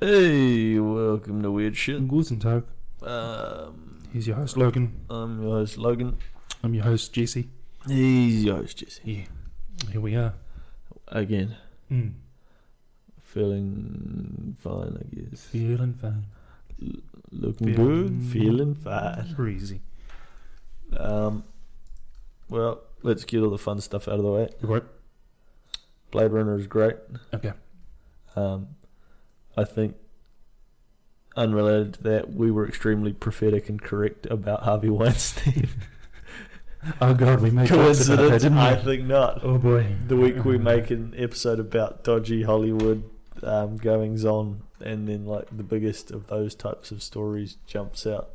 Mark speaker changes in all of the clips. Speaker 1: Hey, welcome to Weird Shit.
Speaker 2: Guten Tag.
Speaker 1: Um,
Speaker 2: He's your host, Logan.
Speaker 1: I'm your host Logan.
Speaker 2: I'm your host, Jesse.
Speaker 1: He's your host Jesse.
Speaker 2: Yeah. Here we are.
Speaker 1: Again,
Speaker 2: Mm.
Speaker 1: feeling fine, I guess.
Speaker 2: Feeling fine.
Speaker 1: Looking
Speaker 2: Feeling-
Speaker 1: good, feeling fine.
Speaker 2: Breezy.
Speaker 1: Um, well, let's get all the fun stuff out of the way.
Speaker 2: Right.
Speaker 1: Blade Runner is great.
Speaker 2: Okay.
Speaker 1: Um, I think, unrelated to that, we were extremely prophetic and correct about Harvey Weinstein.
Speaker 2: Oh God, we made jokes about that,
Speaker 1: Coincidence?
Speaker 2: didn't we?
Speaker 1: I think not.
Speaker 2: Oh boy.
Speaker 1: The week we make an episode about dodgy Hollywood um, goings on, and then like the biggest of those types of stories jumps out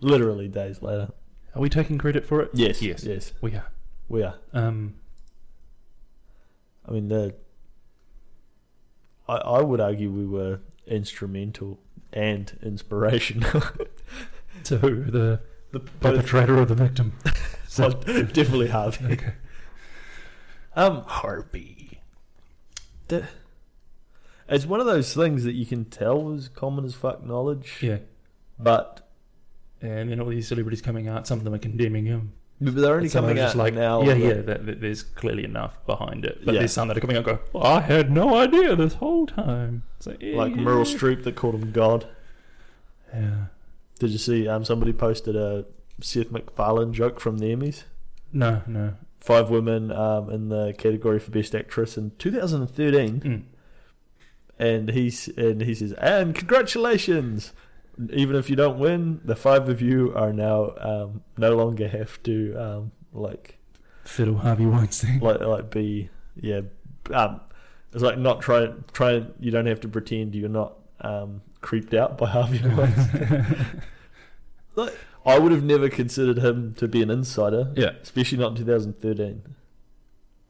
Speaker 1: literally days later.
Speaker 2: Are we taking credit for it?
Speaker 1: Yes,
Speaker 2: Yes.
Speaker 1: yes,
Speaker 2: We are.
Speaker 1: we are.
Speaker 2: Um.
Speaker 1: I mean, the I, I would argue we were instrumental and inspirational.
Speaker 2: To the
Speaker 1: the
Speaker 2: perpetrator or the victim? So-
Speaker 1: both- definitely Harvey.
Speaker 2: okay.
Speaker 1: Um, Harvey. The, it's one of those things that you can tell was common as fuck knowledge,
Speaker 2: Yeah.
Speaker 1: but
Speaker 2: And then all these celebrities coming out. Some of them are condemning him.
Speaker 1: But they're only
Speaker 2: And some are
Speaker 1: coming out
Speaker 2: just like,
Speaker 1: now.
Speaker 2: Yeah,
Speaker 1: like-
Speaker 2: yeah. That, that there's clearly enough behind it. But
Speaker 1: Yeah.
Speaker 2: there's some that are coming out. and Go. "Well, I had no idea this whole time. It's like, yeah,
Speaker 1: Like
Speaker 2: yeah.
Speaker 1: Meryl Streep that called him God.
Speaker 2: Yeah.
Speaker 1: Did you see? Um, somebody posted a Seth MacFarlane joke from the Emmys.
Speaker 2: No. No.
Speaker 1: Five women um, in the category for Best Actress in 2013,
Speaker 2: Mm.
Speaker 1: and he's and he says, "And congratulations! Even if you don't win, the five of you are now um, no longer have to um, like
Speaker 2: Fiddle Harvey Weinstein.
Speaker 1: like like be yeah um it's like not try try you don't have to pretend you're not um creeped out by Harvey Weinstein. like, I would have never considered him to be an insider,
Speaker 2: Yeah.
Speaker 1: especially not in 2013.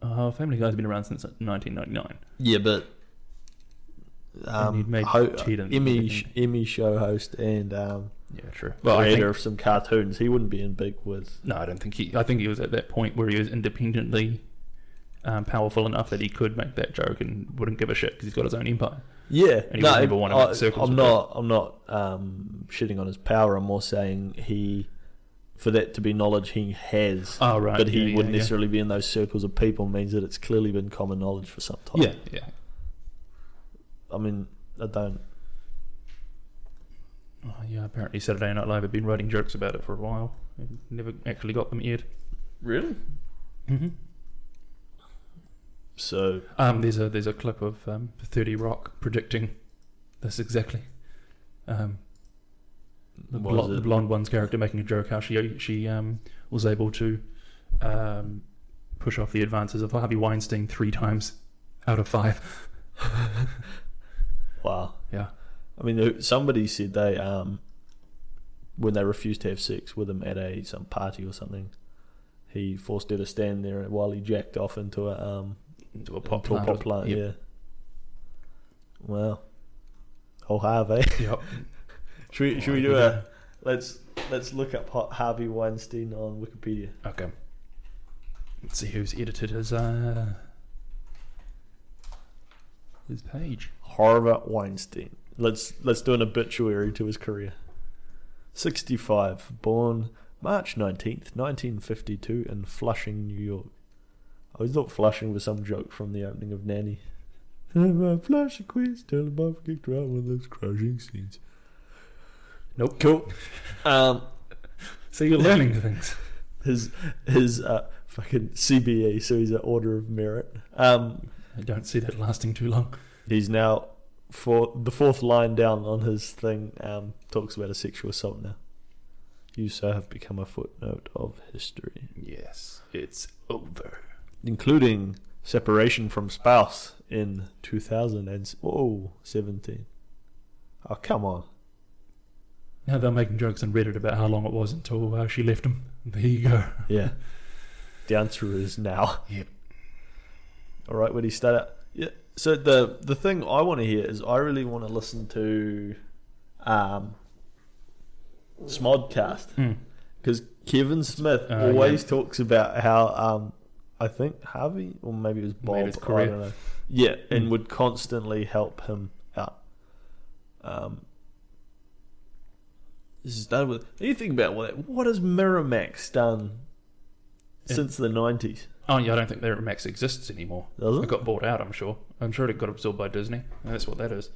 Speaker 2: Oh, Family Guy's been around since 1999.
Speaker 1: Yeah, but
Speaker 2: And
Speaker 1: um,
Speaker 2: you'd made
Speaker 1: ho-
Speaker 2: Cheatham,
Speaker 1: Emmy
Speaker 2: didn't you?
Speaker 1: Emmy show host and um,
Speaker 2: Yeah, true.
Speaker 1: creator of some cartoons. He wouldn't be in big with.
Speaker 2: no, I don't think he. I think he was at that point where he was independently um, powerful enough that he could make that joke and wouldn't give a shit because he's got his own empire.
Speaker 1: Yeah,
Speaker 2: And he was number one in
Speaker 1: I,
Speaker 2: the circles
Speaker 1: I'm
Speaker 2: with
Speaker 1: not. I'm not um, shitting on his power. I'm more saying he, for that to be knowledge he has,
Speaker 2: Oh, right.
Speaker 1: but he
Speaker 2: yeah,
Speaker 1: wouldn't
Speaker 2: yeah,
Speaker 1: necessarily be in those circles of people means that it's clearly been common knowledge for some time.
Speaker 2: Yeah, yeah.
Speaker 1: I mean, I don't.
Speaker 2: Oh, yeah. Apparently, Saturday Night Live had been writing jokes about it for a while. and Never actually got them aired.
Speaker 1: Really?
Speaker 2: Mm-hmm.
Speaker 1: So
Speaker 2: Um, there's a there's a clip of um, 30 Rock predicting this exactly. Um, the,
Speaker 1: What
Speaker 2: blo-
Speaker 1: is it?
Speaker 2: the blonde one's character making a joke how she she um, was able to um, push off the advances of Harvey Weinstein three times out of five.
Speaker 1: wow.
Speaker 2: Yeah.
Speaker 1: I mean, there- somebody said they um, when they refused to have sex with him at a some party or something, he forced her to stand there while he jacked off into a um,
Speaker 2: Into a
Speaker 1: pop
Speaker 2: pop
Speaker 1: plant.
Speaker 2: plant.
Speaker 1: Pop plant
Speaker 2: Yep.
Speaker 1: Yeah. Wow. Oh Harvey.
Speaker 2: Yep.
Speaker 1: should we, should we do a let's let's look up Ho- Harvey Weinstein on Wikipedia.
Speaker 2: Okay. Let's see who's edited his uh his page.
Speaker 1: Harvey Weinstein. Let's let's do an obituary to his career. Sixty-five, born March nineteenth, nineteen fifty-two, in Flushing, New York. I always thought Flushing was some joke from the opening of Nanny. My Flushing Queens, tell him I've kicked her out one of those crushing scenes.
Speaker 2: Nope.
Speaker 1: Cool. Um,
Speaker 2: So you're learning things.
Speaker 1: his his uh, fucking CBE, so he's an Order of Merit. Um,
Speaker 2: I don't see that lasting too long.
Speaker 1: he's now for the fourth line down on his thing. Um, talks about a sexual assault now. You so have become a footnote of history,
Speaker 2: Yes, it's over.
Speaker 1: including separation from spouse in 2017. Oh come on!
Speaker 2: Now they're making jokes on Reddit about how long it was until uh, she left him. There you go.
Speaker 1: Yeah, the answer is now.
Speaker 2: Yep.
Speaker 1: All right, where do you start at? Yeah. So the the thing I want to hear is I really want to listen to, um, Smodcast.
Speaker 2: Mm.
Speaker 1: because Kevin Smith
Speaker 2: Uh,
Speaker 1: always talks about how um, I think Harvey or maybe it was Bob,
Speaker 2: Made his
Speaker 1: I
Speaker 2: career.
Speaker 1: don't know. Yeah, and
Speaker 2: Mm.
Speaker 1: would constantly help him out. Um, this is done with. You think about what what has Miramax done
Speaker 2: Yeah.
Speaker 1: since the nineties?
Speaker 2: Oh yeah, I don't think that Max exists anymore.
Speaker 1: Does
Speaker 2: It
Speaker 1: it?
Speaker 2: got bought out, I'm sure. I'm sure it got absorbed by Disney. And that's what that is.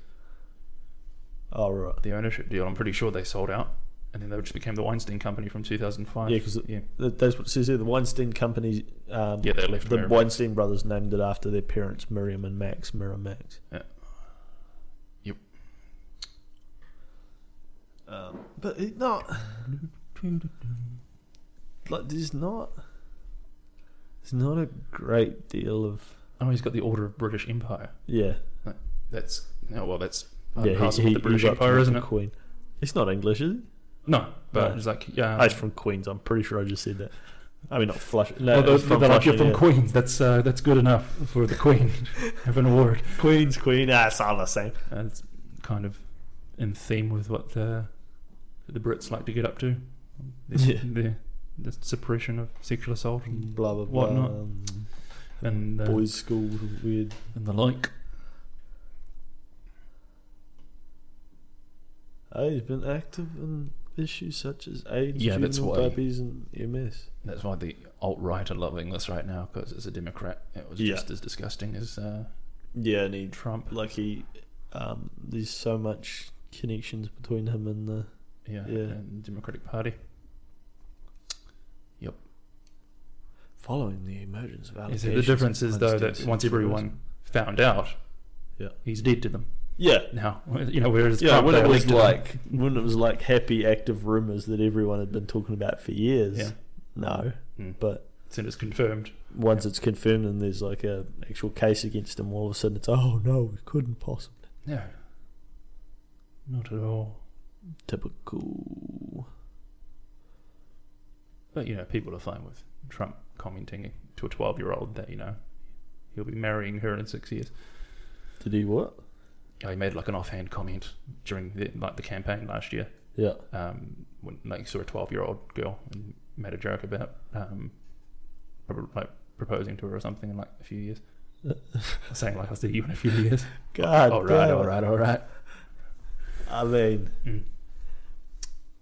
Speaker 1: Oh right,
Speaker 2: The ownership deal. I'm pretty sure they sold out, and then they just became the Weinstein Company from 2005.
Speaker 1: Yeah, 'cause it-
Speaker 2: yeah,
Speaker 1: That- that's what it says here. The Weinstein company. Um,
Speaker 2: yeah, they left
Speaker 1: the
Speaker 2: Miramax.
Speaker 1: Weinstein brothers named it after their parents, Miriam and Max Miramax.
Speaker 2: Yeah. Yep.
Speaker 1: Um, but it not like there's not there's not a great deal of
Speaker 2: Oh, he's got the Order of British Empire.
Speaker 1: yeah
Speaker 2: That's oh well, that's part
Speaker 1: yeah
Speaker 2: and parcel with the British
Speaker 1: got
Speaker 2: Empire,
Speaker 1: from
Speaker 2: isn't it?
Speaker 1: Queen. It's not English, is it?
Speaker 2: No, but
Speaker 1: No.
Speaker 2: it's like yeah.
Speaker 1: Oh, it's from Queens. I'm pretty sure I just said that. I mean, not Flush. No,
Speaker 2: well,
Speaker 1: it's
Speaker 2: those
Speaker 1: from
Speaker 2: people like,
Speaker 1: Flushing,
Speaker 2: you're from
Speaker 1: yeah.
Speaker 2: Queens. That's uh, that's good enough for the Queen. Have an award.
Speaker 1: Queens, Queen. Ah, it's all the same.
Speaker 2: And it's kind of in theme with what the the Brits like to get up to. The,
Speaker 1: Yeah.
Speaker 2: the, the suppression of sexual assault and,
Speaker 1: Blah blah blah.
Speaker 2: Whatnot.
Speaker 1: Um,
Speaker 2: and the
Speaker 1: boys' school weird
Speaker 2: and the like.
Speaker 1: I've been active in issues such as AIDS,
Speaker 2: Yeah,
Speaker 1: juvenile
Speaker 2: that's why-
Speaker 1: diabetes, and MS.
Speaker 2: That's why the alt right are loving this right now because as a Democrat, it was
Speaker 1: Yeah.
Speaker 2: just as disgusting as uh,
Speaker 1: Yeah, and he,
Speaker 2: Trump.
Speaker 1: like he, um, there's so much connections between him and the.
Speaker 2: Yeah,
Speaker 1: Yeah.
Speaker 2: and Democratic Party.
Speaker 1: Following the emergence of
Speaker 2: Yeah,
Speaker 1: allegations,
Speaker 2: so the difference is
Speaker 1: of
Speaker 2: though that
Speaker 1: Weinstein's
Speaker 2: once
Speaker 1: influence-
Speaker 2: everyone found out,
Speaker 1: Yeah.
Speaker 2: he's dead to them
Speaker 1: yeah,
Speaker 2: now. You know, whereas
Speaker 1: yeah,
Speaker 2: Trump,
Speaker 1: when
Speaker 2: they
Speaker 1: it was
Speaker 2: elected him.
Speaker 1: like when it was like happy active rumors that everyone had been talking about for years.
Speaker 2: Yeah.
Speaker 1: No,
Speaker 2: Mm.
Speaker 1: but
Speaker 2: since it's confirmed,
Speaker 1: once it's confirmed and there's like a actual case against him, all of a sudden it's oh no, we couldn't possibly.
Speaker 2: no, not at all.
Speaker 1: Typical.
Speaker 2: But you know, people are fine with Trump commenting to a twelve-year-old that you know he'll be marrying her in six years.
Speaker 1: Did he what?
Speaker 2: You know, he made like an offhand comment during the, like the campaign last year
Speaker 1: Yeah.
Speaker 2: um, when like saw a twelve-year-old girl and made a joke about um, pro- like proposing to her or something in like a few years, saying like I'll see you in a few years.
Speaker 1: God.
Speaker 2: All right,
Speaker 1: damn.
Speaker 2: all right, all right.
Speaker 1: I mean,
Speaker 2: Mm.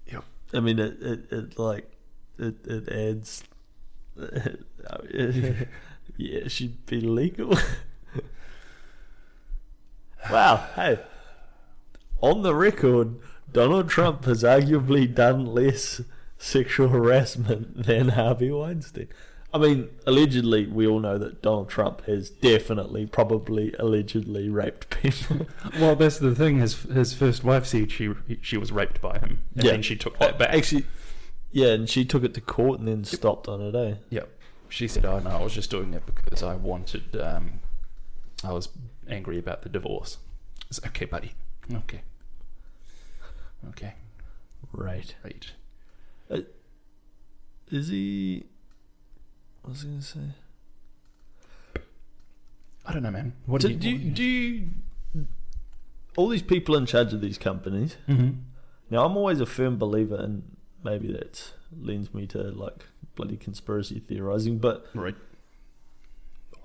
Speaker 1: Yep. I mean, it, it, it like, it, it adds. yeah, it should be legal. wow. Hey. On the record, Donald Trump has arguably done less sexual harassment than Harvey Weinstein. I mean, allegedly, we all know that Donald Trump has definitely, probably, allegedly raped people.
Speaker 2: Well, that's the thing. His his first wife said she she was raped by him, and
Speaker 1: Yeah.
Speaker 2: then she took that
Speaker 1: Oh,
Speaker 2: back.
Speaker 1: Actually, yeah, and she took it to court and then stopped on it, eh?
Speaker 2: she said, "Oh no, I was just doing it because I wanted. Um, I was angry about the divorce." It's okay, buddy. Okay. Okay.
Speaker 1: Right.
Speaker 2: Right.
Speaker 1: Is he. What was I going to say?
Speaker 2: I don't know, man. What
Speaker 1: Do,
Speaker 2: do,
Speaker 1: do, you,
Speaker 2: you?
Speaker 1: do you. All these people in charge of these companies.
Speaker 2: Mhm.
Speaker 1: Now, I'm always a firm believer, and maybe that lends me to like bloody conspiracy theorizing, but
Speaker 2: Right.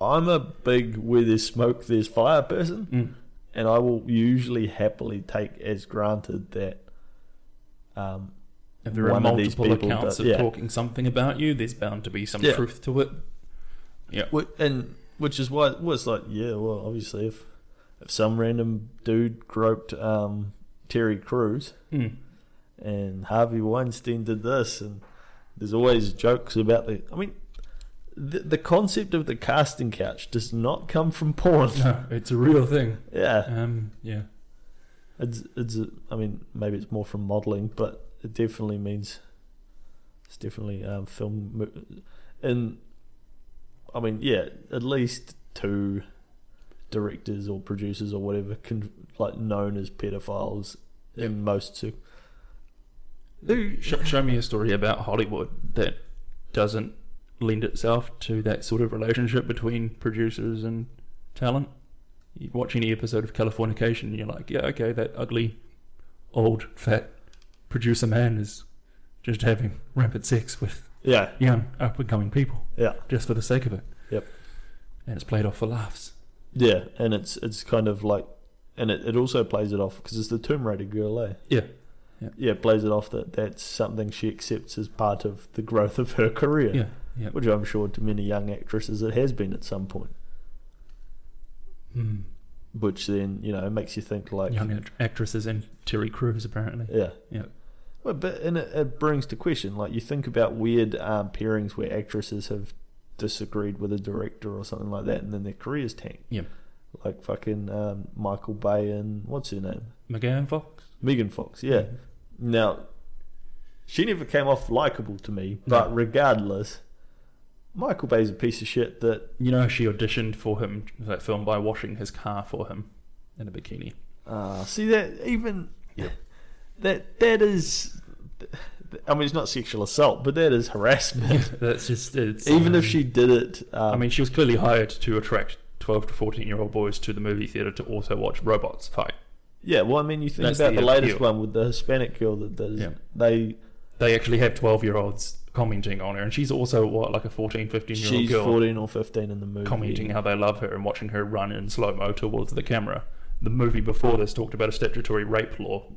Speaker 1: I'm a big where there's smoke, there's fire person.
Speaker 2: Mm.
Speaker 1: and I will usually happily take as granted that um,
Speaker 2: If there are
Speaker 1: One of these
Speaker 2: multiple
Speaker 1: people
Speaker 2: accounts
Speaker 1: that-
Speaker 2: of
Speaker 1: yeah.
Speaker 2: talking something about you, there's bound to be some
Speaker 1: Yeah.
Speaker 2: truth to it.
Speaker 1: Wh- and which is why well, it's like yeah well obviously if if some random dude groped um, Terry Crews
Speaker 2: Mm.
Speaker 1: and Harvey Weinstein did this and there's always jokes about the I mean the, the concept of the casting couch does not come from porn
Speaker 2: No, it's a real thing.
Speaker 1: yeah
Speaker 2: Um. Yeah.
Speaker 1: it's it's a, I mean maybe it's more from modeling but it definitely means it's definitely um, film mo- and I mean yeah at least two directors or producers or whatever can like known as pedophiles
Speaker 2: Yep.
Speaker 1: in most cir-
Speaker 2: Who- Show, show me a story about Hollywood that doesn't lend itself to that sort of relationship between producers and talent. You watch any episode of Californication, and you're like, yeah, okay, that ugly, old, fat producer man is just having rampant sex with
Speaker 1: yeah
Speaker 2: young, up and coming people
Speaker 1: yeah
Speaker 2: just for the sake of it.
Speaker 1: Yep.
Speaker 2: And it's played off for laughs.
Speaker 1: yeah and it's it's kind of like and it, it also plays it off because it's the Tomb Raider girl, eh?
Speaker 2: Yeah. Yeah.
Speaker 1: yeah. It plays it off that that's something she accepts as part of the growth of her career,
Speaker 2: Yeah. Yeah.
Speaker 1: which I'm sure to many young actresses it has been at some point.
Speaker 2: Mm.
Speaker 1: Which then you know makes you think like,
Speaker 2: Young act- actresses and Terry Crews apparently.
Speaker 1: yeah,
Speaker 2: Yeah.
Speaker 1: Well, but and it, it brings to question like you think about weird um, pairings where actresses have disagreed with a director or something like that, and then their careers tank.
Speaker 2: Yeah.
Speaker 1: Like fucking um, Michael Bay and what's her name,
Speaker 2: McGann Fox.
Speaker 1: Megan Fox. Yeah. Now, she never came off likable to me, but
Speaker 2: No.
Speaker 1: regardless, Michael Bay's a piece of shit that.
Speaker 2: You know she auditioned for him for that film by washing his car for him in a bikini.
Speaker 1: Uh, see that even
Speaker 2: Yeah.
Speaker 1: that that is, I mean, it's not sexual assault, but that is harassment.
Speaker 2: That's just it's
Speaker 1: even if she did it, um,
Speaker 2: I mean, she was clearly hired to attract 12 to 14 year old boys to the movie theater to also watch robots fight.
Speaker 1: yeah. Well, I mean, you think
Speaker 2: That's
Speaker 1: about
Speaker 2: the
Speaker 1: the, latest
Speaker 2: appeal.
Speaker 1: one with the Hispanic girl that does.
Speaker 2: Yeah.
Speaker 1: They
Speaker 2: They actually have 12 year olds commenting on her, and she's also, what, like a 14, 15 year old
Speaker 1: she's
Speaker 2: girl
Speaker 1: fourteen or fifteen in the movie.
Speaker 2: commenting how they love her and watching her run in slow mo towards the camera. The movie before this talked about a statutory rape law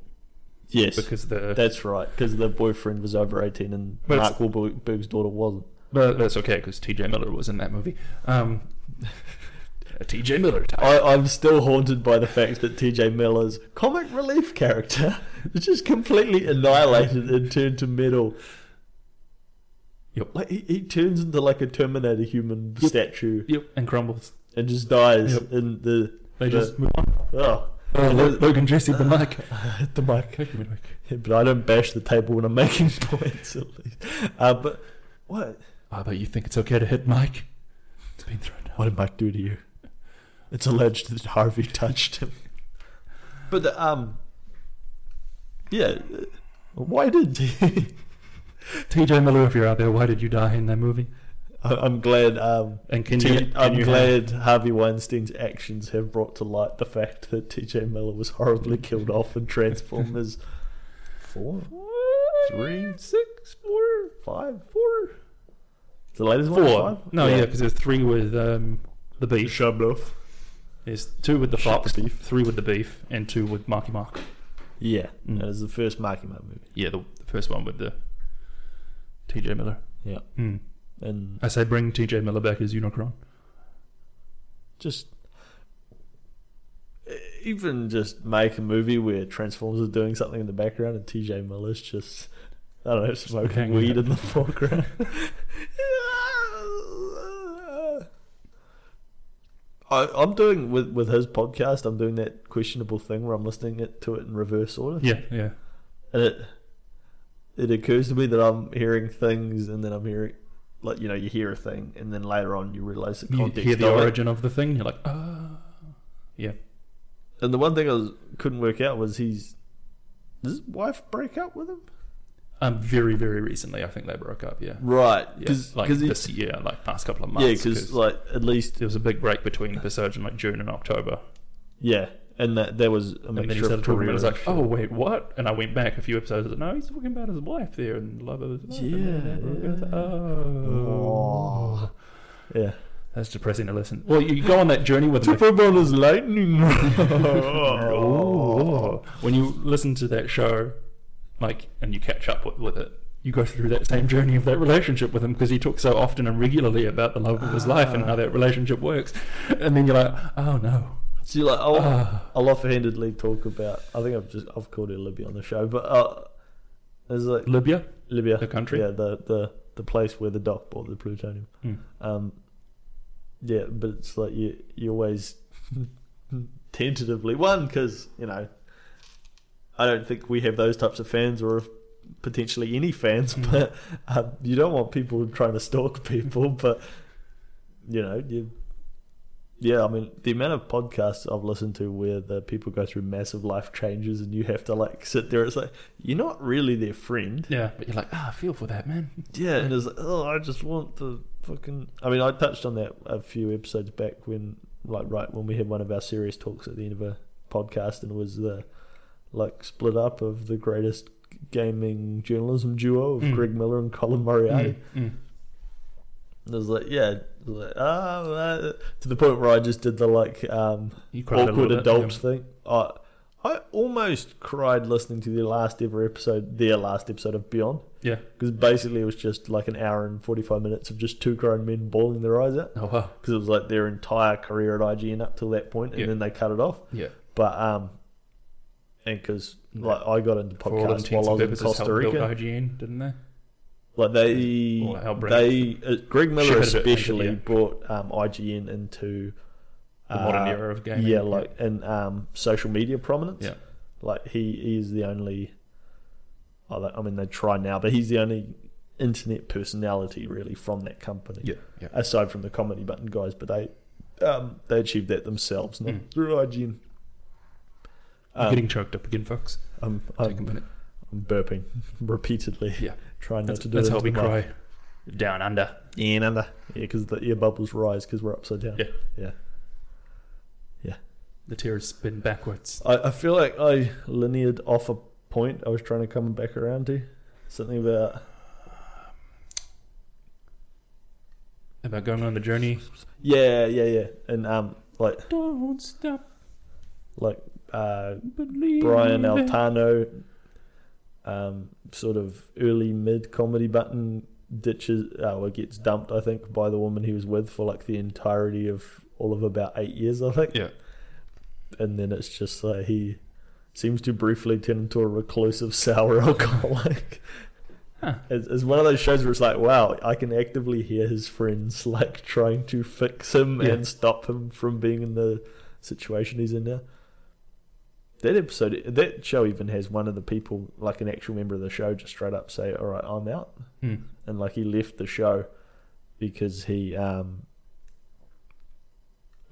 Speaker 1: Yes,
Speaker 2: because the
Speaker 1: that's right. Because the boyfriend was over eighteen and
Speaker 2: But it's-
Speaker 1: Mark Wahlberg's daughter wasn't.
Speaker 2: But that's okay because T.J. Miller was in that movie. Um, a T.J. Miller type.
Speaker 1: I, I'm still haunted by the fact that TJ Miller's comic relief character is just completely annihilated and turned to metal.
Speaker 2: Yep.
Speaker 1: Like he, he turns into like a Terminator human
Speaker 2: Yep.
Speaker 1: statue
Speaker 2: Yep, and crumbles.
Speaker 1: and just dies
Speaker 2: Yep.
Speaker 1: in the
Speaker 2: They
Speaker 1: the-
Speaker 2: just move on.
Speaker 1: oh
Speaker 2: Oh, Lo- Logan Jesse the mic.
Speaker 1: hit the mic. Yeah, but I don't bash the table when I'm making points at least. Uh, but what
Speaker 2: Oh, but you think it's okay to hit Mike? It's been thrown out.
Speaker 1: what did Mike do to you? It's alleged that Harvey touched him. But the, um, yeah, uh, why did he?
Speaker 2: T.J. Miller, if you're out there, why did you die in that movie?
Speaker 1: I- I'm glad. Um,
Speaker 2: And can
Speaker 1: T-
Speaker 2: you? can
Speaker 1: I'm
Speaker 2: you
Speaker 1: glad Harvey Weinstein's actions have brought to light the fact that T.J. Miller was horribly killed off in Transformers four,
Speaker 2: have-
Speaker 1: Three?
Speaker 2: six, four,
Speaker 1: five, four. It's the latest one.
Speaker 2: four.
Speaker 1: Five?
Speaker 2: No, yeah, because there's three with um, the beef.
Speaker 1: Shabloff.
Speaker 2: There's two with the
Speaker 1: Shark
Speaker 2: fox,
Speaker 1: beef.
Speaker 2: three with the beef, and two with Marky Mark.
Speaker 1: Yeah,
Speaker 2: Mm.
Speaker 1: that is the first Marky Mark movie.
Speaker 2: Yeah, the, the first one with the T.J. Miller.
Speaker 1: Yeah,
Speaker 2: Mm.
Speaker 1: and
Speaker 2: I say bring TJ Miller back as Unicron.
Speaker 1: just even just make a movie where Transformers is doing something in the background and T.J. Miller's just I don't know smoking
Speaker 2: hanging
Speaker 1: weed
Speaker 2: out.
Speaker 1: in the foreground. I, I'm doing with with his podcast. I'm doing that questionable thing where I'm listening it to it in reverse order,
Speaker 2: Yeah, yeah.
Speaker 1: and it it occurs to me that I'm hearing things, and then I'm hearing like you know you hear a thing, and then later on you realize the
Speaker 2: You
Speaker 1: context
Speaker 2: hear the
Speaker 1: of it.
Speaker 2: origin of the thing, you're like, ah. Yeah.
Speaker 1: And the one thing I was, couldn't work out was he's. Does his wife break up with him?
Speaker 2: Um, very, very recently, I think they broke up, yeah.
Speaker 1: Right,
Speaker 2: Yeah,
Speaker 1: because
Speaker 2: like
Speaker 1: he,
Speaker 2: this year, like past couple of months.
Speaker 1: yeah, because like at least
Speaker 2: there was a big break between episodes in like June and October.
Speaker 1: yeah, and that there was a
Speaker 2: And then he
Speaker 1: mixture
Speaker 2: started
Speaker 1: of
Speaker 2: talking
Speaker 1: career.
Speaker 2: about it. I was
Speaker 1: and
Speaker 2: like,
Speaker 1: shit.
Speaker 2: oh, wait, what? And I went back a few episodes. I was like, no, he's talking about his wife there and blah, blah, blah. blah,
Speaker 1: Yeah,
Speaker 2: blah, blah, blah, blah, blah."
Speaker 1: Oh.
Speaker 2: Oh.
Speaker 1: yeah,
Speaker 2: That's depressing to listen. Well, you go on that journey with him.
Speaker 1: Superman is lightning.
Speaker 2: Oh. When you listen to that show, like, and you catch up with, with it, you go through that same journey of that relationship with him because he talks so often and regularly about the love of his life and how that relationship works. And then you're like, oh no.
Speaker 1: So you're like, oh,
Speaker 2: Ah.
Speaker 1: I'll offhandedly talk about. I think I've just I've called her Libya on the show, but uh, it's like
Speaker 2: Libya?
Speaker 1: Libya,
Speaker 2: The country?
Speaker 1: yeah, the the the place where the doc bought the plutonium.
Speaker 2: Hmm.
Speaker 1: Um, yeah, but it's like you you always tentatively one because you know I don't think we have those types of fans or if potentially any fans, but um, you don't want people trying to stalk people. But you know you. Yeah, I mean the amount of podcasts I've listened to where the people go through massive life changes and you have to like sit there. It's like you're not really their friend.
Speaker 2: Yeah. But you're like, ah, I feel for that, man.
Speaker 1: Yeah, and it's like, oh, I just want the fucking. I mean, I touched on that a few episodes back when, like, right when we had one of our serious talks at the end of a podcast, and it was the like split up of the greatest gaming journalism duo of
Speaker 2: Mm. Hmm.
Speaker 1: Greg Miller and Colin Moriarty.
Speaker 2: Mm, mm.
Speaker 1: And I was like, yeah, I was like, ah, uh," to the point where I just did the like um,
Speaker 2: You cried a little
Speaker 1: awkward
Speaker 2: bit,
Speaker 1: adult
Speaker 2: yeah.
Speaker 1: thing. I I almost cried listening to their last ever episode, their last episode of Beyond,
Speaker 2: Yeah.
Speaker 1: because basically it was just like an hour and forty five minutes of just two grown men bawling their eyes out,
Speaker 2: Oh wow.
Speaker 1: because it was like their entire career at IGN up till that point, and
Speaker 2: Yeah.
Speaker 1: then they cut it off.
Speaker 2: Yeah.
Speaker 1: But um, and because
Speaker 2: Yeah.
Speaker 1: like I got into
Speaker 2: For all
Speaker 1: podcasts
Speaker 2: intents
Speaker 1: while I
Speaker 2: and
Speaker 1: was in
Speaker 2: purposes,
Speaker 1: Costa
Speaker 2: helped build
Speaker 1: Rica,
Speaker 2: IGN, didn't they?
Speaker 1: like they,
Speaker 2: Or help bring
Speaker 1: they uh, Greg Miller
Speaker 2: Shepherd it,
Speaker 1: especially
Speaker 2: yeah.
Speaker 1: brought um, IGN into
Speaker 2: The modern
Speaker 1: uh,
Speaker 2: era of gaming.
Speaker 1: Yeah, like and um, social media prominence.
Speaker 2: Yeah.
Speaker 1: like he, he is the only. oh, they- I mean, they try now, but he's the only internet personality really from that company.
Speaker 2: yeah, yeah.
Speaker 1: Aside from the comedy button guys, but they um, they achieved that themselves, not
Speaker 2: Mm.
Speaker 1: through IGN.
Speaker 2: You're
Speaker 1: Um,
Speaker 2: getting choked up again, folks.
Speaker 1: I'm,
Speaker 2: Take a
Speaker 1: I'm,
Speaker 2: minute.
Speaker 1: I'm burping repeatedly.
Speaker 2: Yeah.
Speaker 1: trying not
Speaker 2: That's,
Speaker 1: to do
Speaker 2: that's
Speaker 1: it
Speaker 2: how
Speaker 1: into
Speaker 2: we
Speaker 1: my-
Speaker 2: cry. Down under.
Speaker 1: Yeah, no, no. Yeah, because the ear bubbles rise because we're upside down.
Speaker 2: Yeah.
Speaker 1: Yeah.
Speaker 2: The tears spin backwards.
Speaker 1: I, I feel like I lineared off a point I was trying to come back around to. Something about.
Speaker 2: About going on the journey.
Speaker 1: Yeah, yeah, yeah. And, um, like,
Speaker 2: Don't stop
Speaker 1: like, uh,
Speaker 2: believing.
Speaker 1: Brian Altano, um, sort of early mid comedy button ditches, uh, well, gets dumped, I think, by the woman he was with for like the entirety of all of about eight years, I think.
Speaker 2: Yeah.
Speaker 1: and then it's just like he seems to briefly turn into a reclusive, sour alcoholic.
Speaker 2: Huh.
Speaker 1: It's, it's one of those shows where it's like, wow, I can actively hear his friends like trying to fix him
Speaker 2: Yeah.
Speaker 1: and stop him from being in the situation he's in now. That episode, that show even has one of the people, like an actual member of the show, just straight up say, "All right, I'm out,"
Speaker 2: Hmm.
Speaker 1: and like he left the show because he um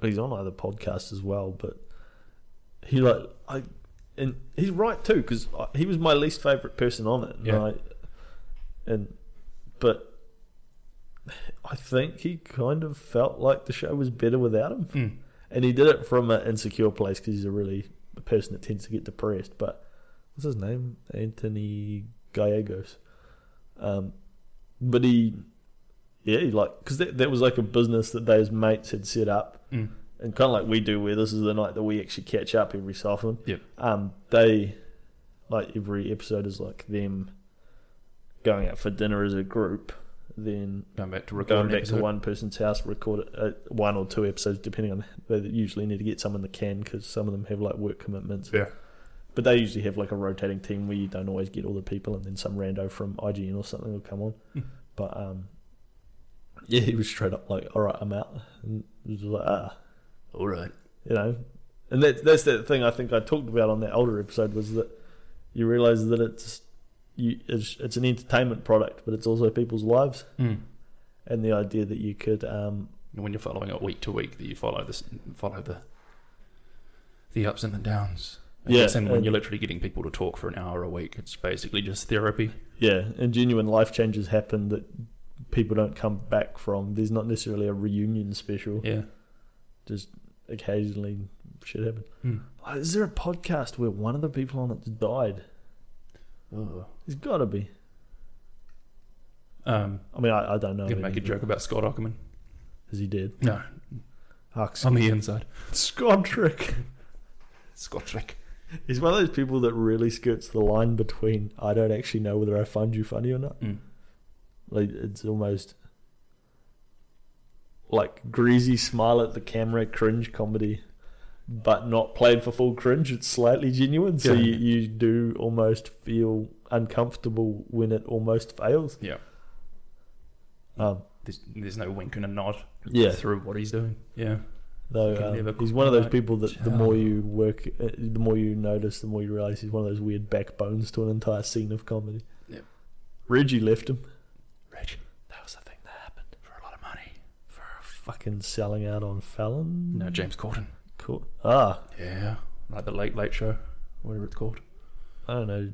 Speaker 1: he's on other podcasts as well, but he like I and he's right too because he was my least favorite person on it. And
Speaker 2: Yeah.
Speaker 1: I, and but I think he kind of felt like the show was better without him,
Speaker 2: Hmm.
Speaker 1: and he did it from an insecure place because he's a really a person that tends to get depressed. But what's his name? Anthony Gallegos. Um, but he, yeah, he like because that, that was like a business that those mates had set up
Speaker 2: Hmm.
Speaker 1: and kind of like we do, where this is the night that we actually catch up every so often.
Speaker 2: Yep.
Speaker 1: Um, they like every episode is like them going out for dinner as a group, then
Speaker 2: Going back to
Speaker 1: going
Speaker 2: recording.
Speaker 1: back to
Speaker 2: episode.
Speaker 1: one person's house, record uh, one or two episodes, depending on. They usually need to get someone that can because some of them have like work commitments.
Speaker 2: Yeah.
Speaker 1: But they usually have like a rotating team where you don't always get all the people, and then some rando from IGN or something will come on.
Speaker 2: Hmm.
Speaker 1: But um, yeah, he was straight up like, "All right, I'm out," and it was like, "Ah."
Speaker 2: All right.
Speaker 1: you know, and that that's that thing I think I talked about on that older episode was that you realize that it's you it's, it's an entertainment product, but it's also people's lives,
Speaker 2: Hmm.
Speaker 1: and the idea that you could um,
Speaker 2: And when you're following it week to week, that you follow this, follow the the ups and the downs. And
Speaker 1: Yeah,
Speaker 2: yes, and when
Speaker 1: and-
Speaker 2: you're literally getting people to talk for an hour a week, it's basically just therapy.
Speaker 1: yeah, and genuine life changes happen that people don't come back from. There's not necessarily a reunion special.
Speaker 2: Yeah.
Speaker 1: Occasionally, shit happens.
Speaker 2: Hmm.
Speaker 1: Oh, is there a podcast where one of the people on it died?
Speaker 2: Oh.
Speaker 1: There's got to be.
Speaker 2: Um,
Speaker 1: I mean, I, I don't know.
Speaker 2: I'm gonna make a joke about Scott Ackerman.
Speaker 1: Is he dead?
Speaker 2: No,
Speaker 1: Oh,
Speaker 2: on the inside.
Speaker 1: Scott Trick.
Speaker 2: Scott Trick.
Speaker 1: He's one of those people that really skirts the line between I don't actually know whether I find you funny or not.
Speaker 2: Mm.
Speaker 1: Like it's almost like greasy smile at the camera cringe comedy, but not played for full cringe. It's slightly genuine, so
Speaker 2: Yeah.
Speaker 1: you, you do almost feel uncomfortable when it almost fails.
Speaker 2: Yeah.
Speaker 1: Um,
Speaker 2: There's, there's no wink and a nod
Speaker 1: yeah.
Speaker 2: through what he's doing. Yeah.
Speaker 1: Though
Speaker 2: Can never
Speaker 1: um, he's one of those
Speaker 2: quite
Speaker 1: people that the
Speaker 2: tell.
Speaker 1: more you work, uh, the more you notice, the more you realize he's one of those weird backbones to an entire scene of comedy.
Speaker 2: Yep.
Speaker 1: Reggie left him
Speaker 2: Rich, that was the thing that happened for a lot of money.
Speaker 1: for fucking selling out on Fallon.
Speaker 2: No, James Corden.
Speaker 1: Cool. Ah,
Speaker 2: Yeah. Like the Late Late Show, whatever it's called.
Speaker 1: I don't know.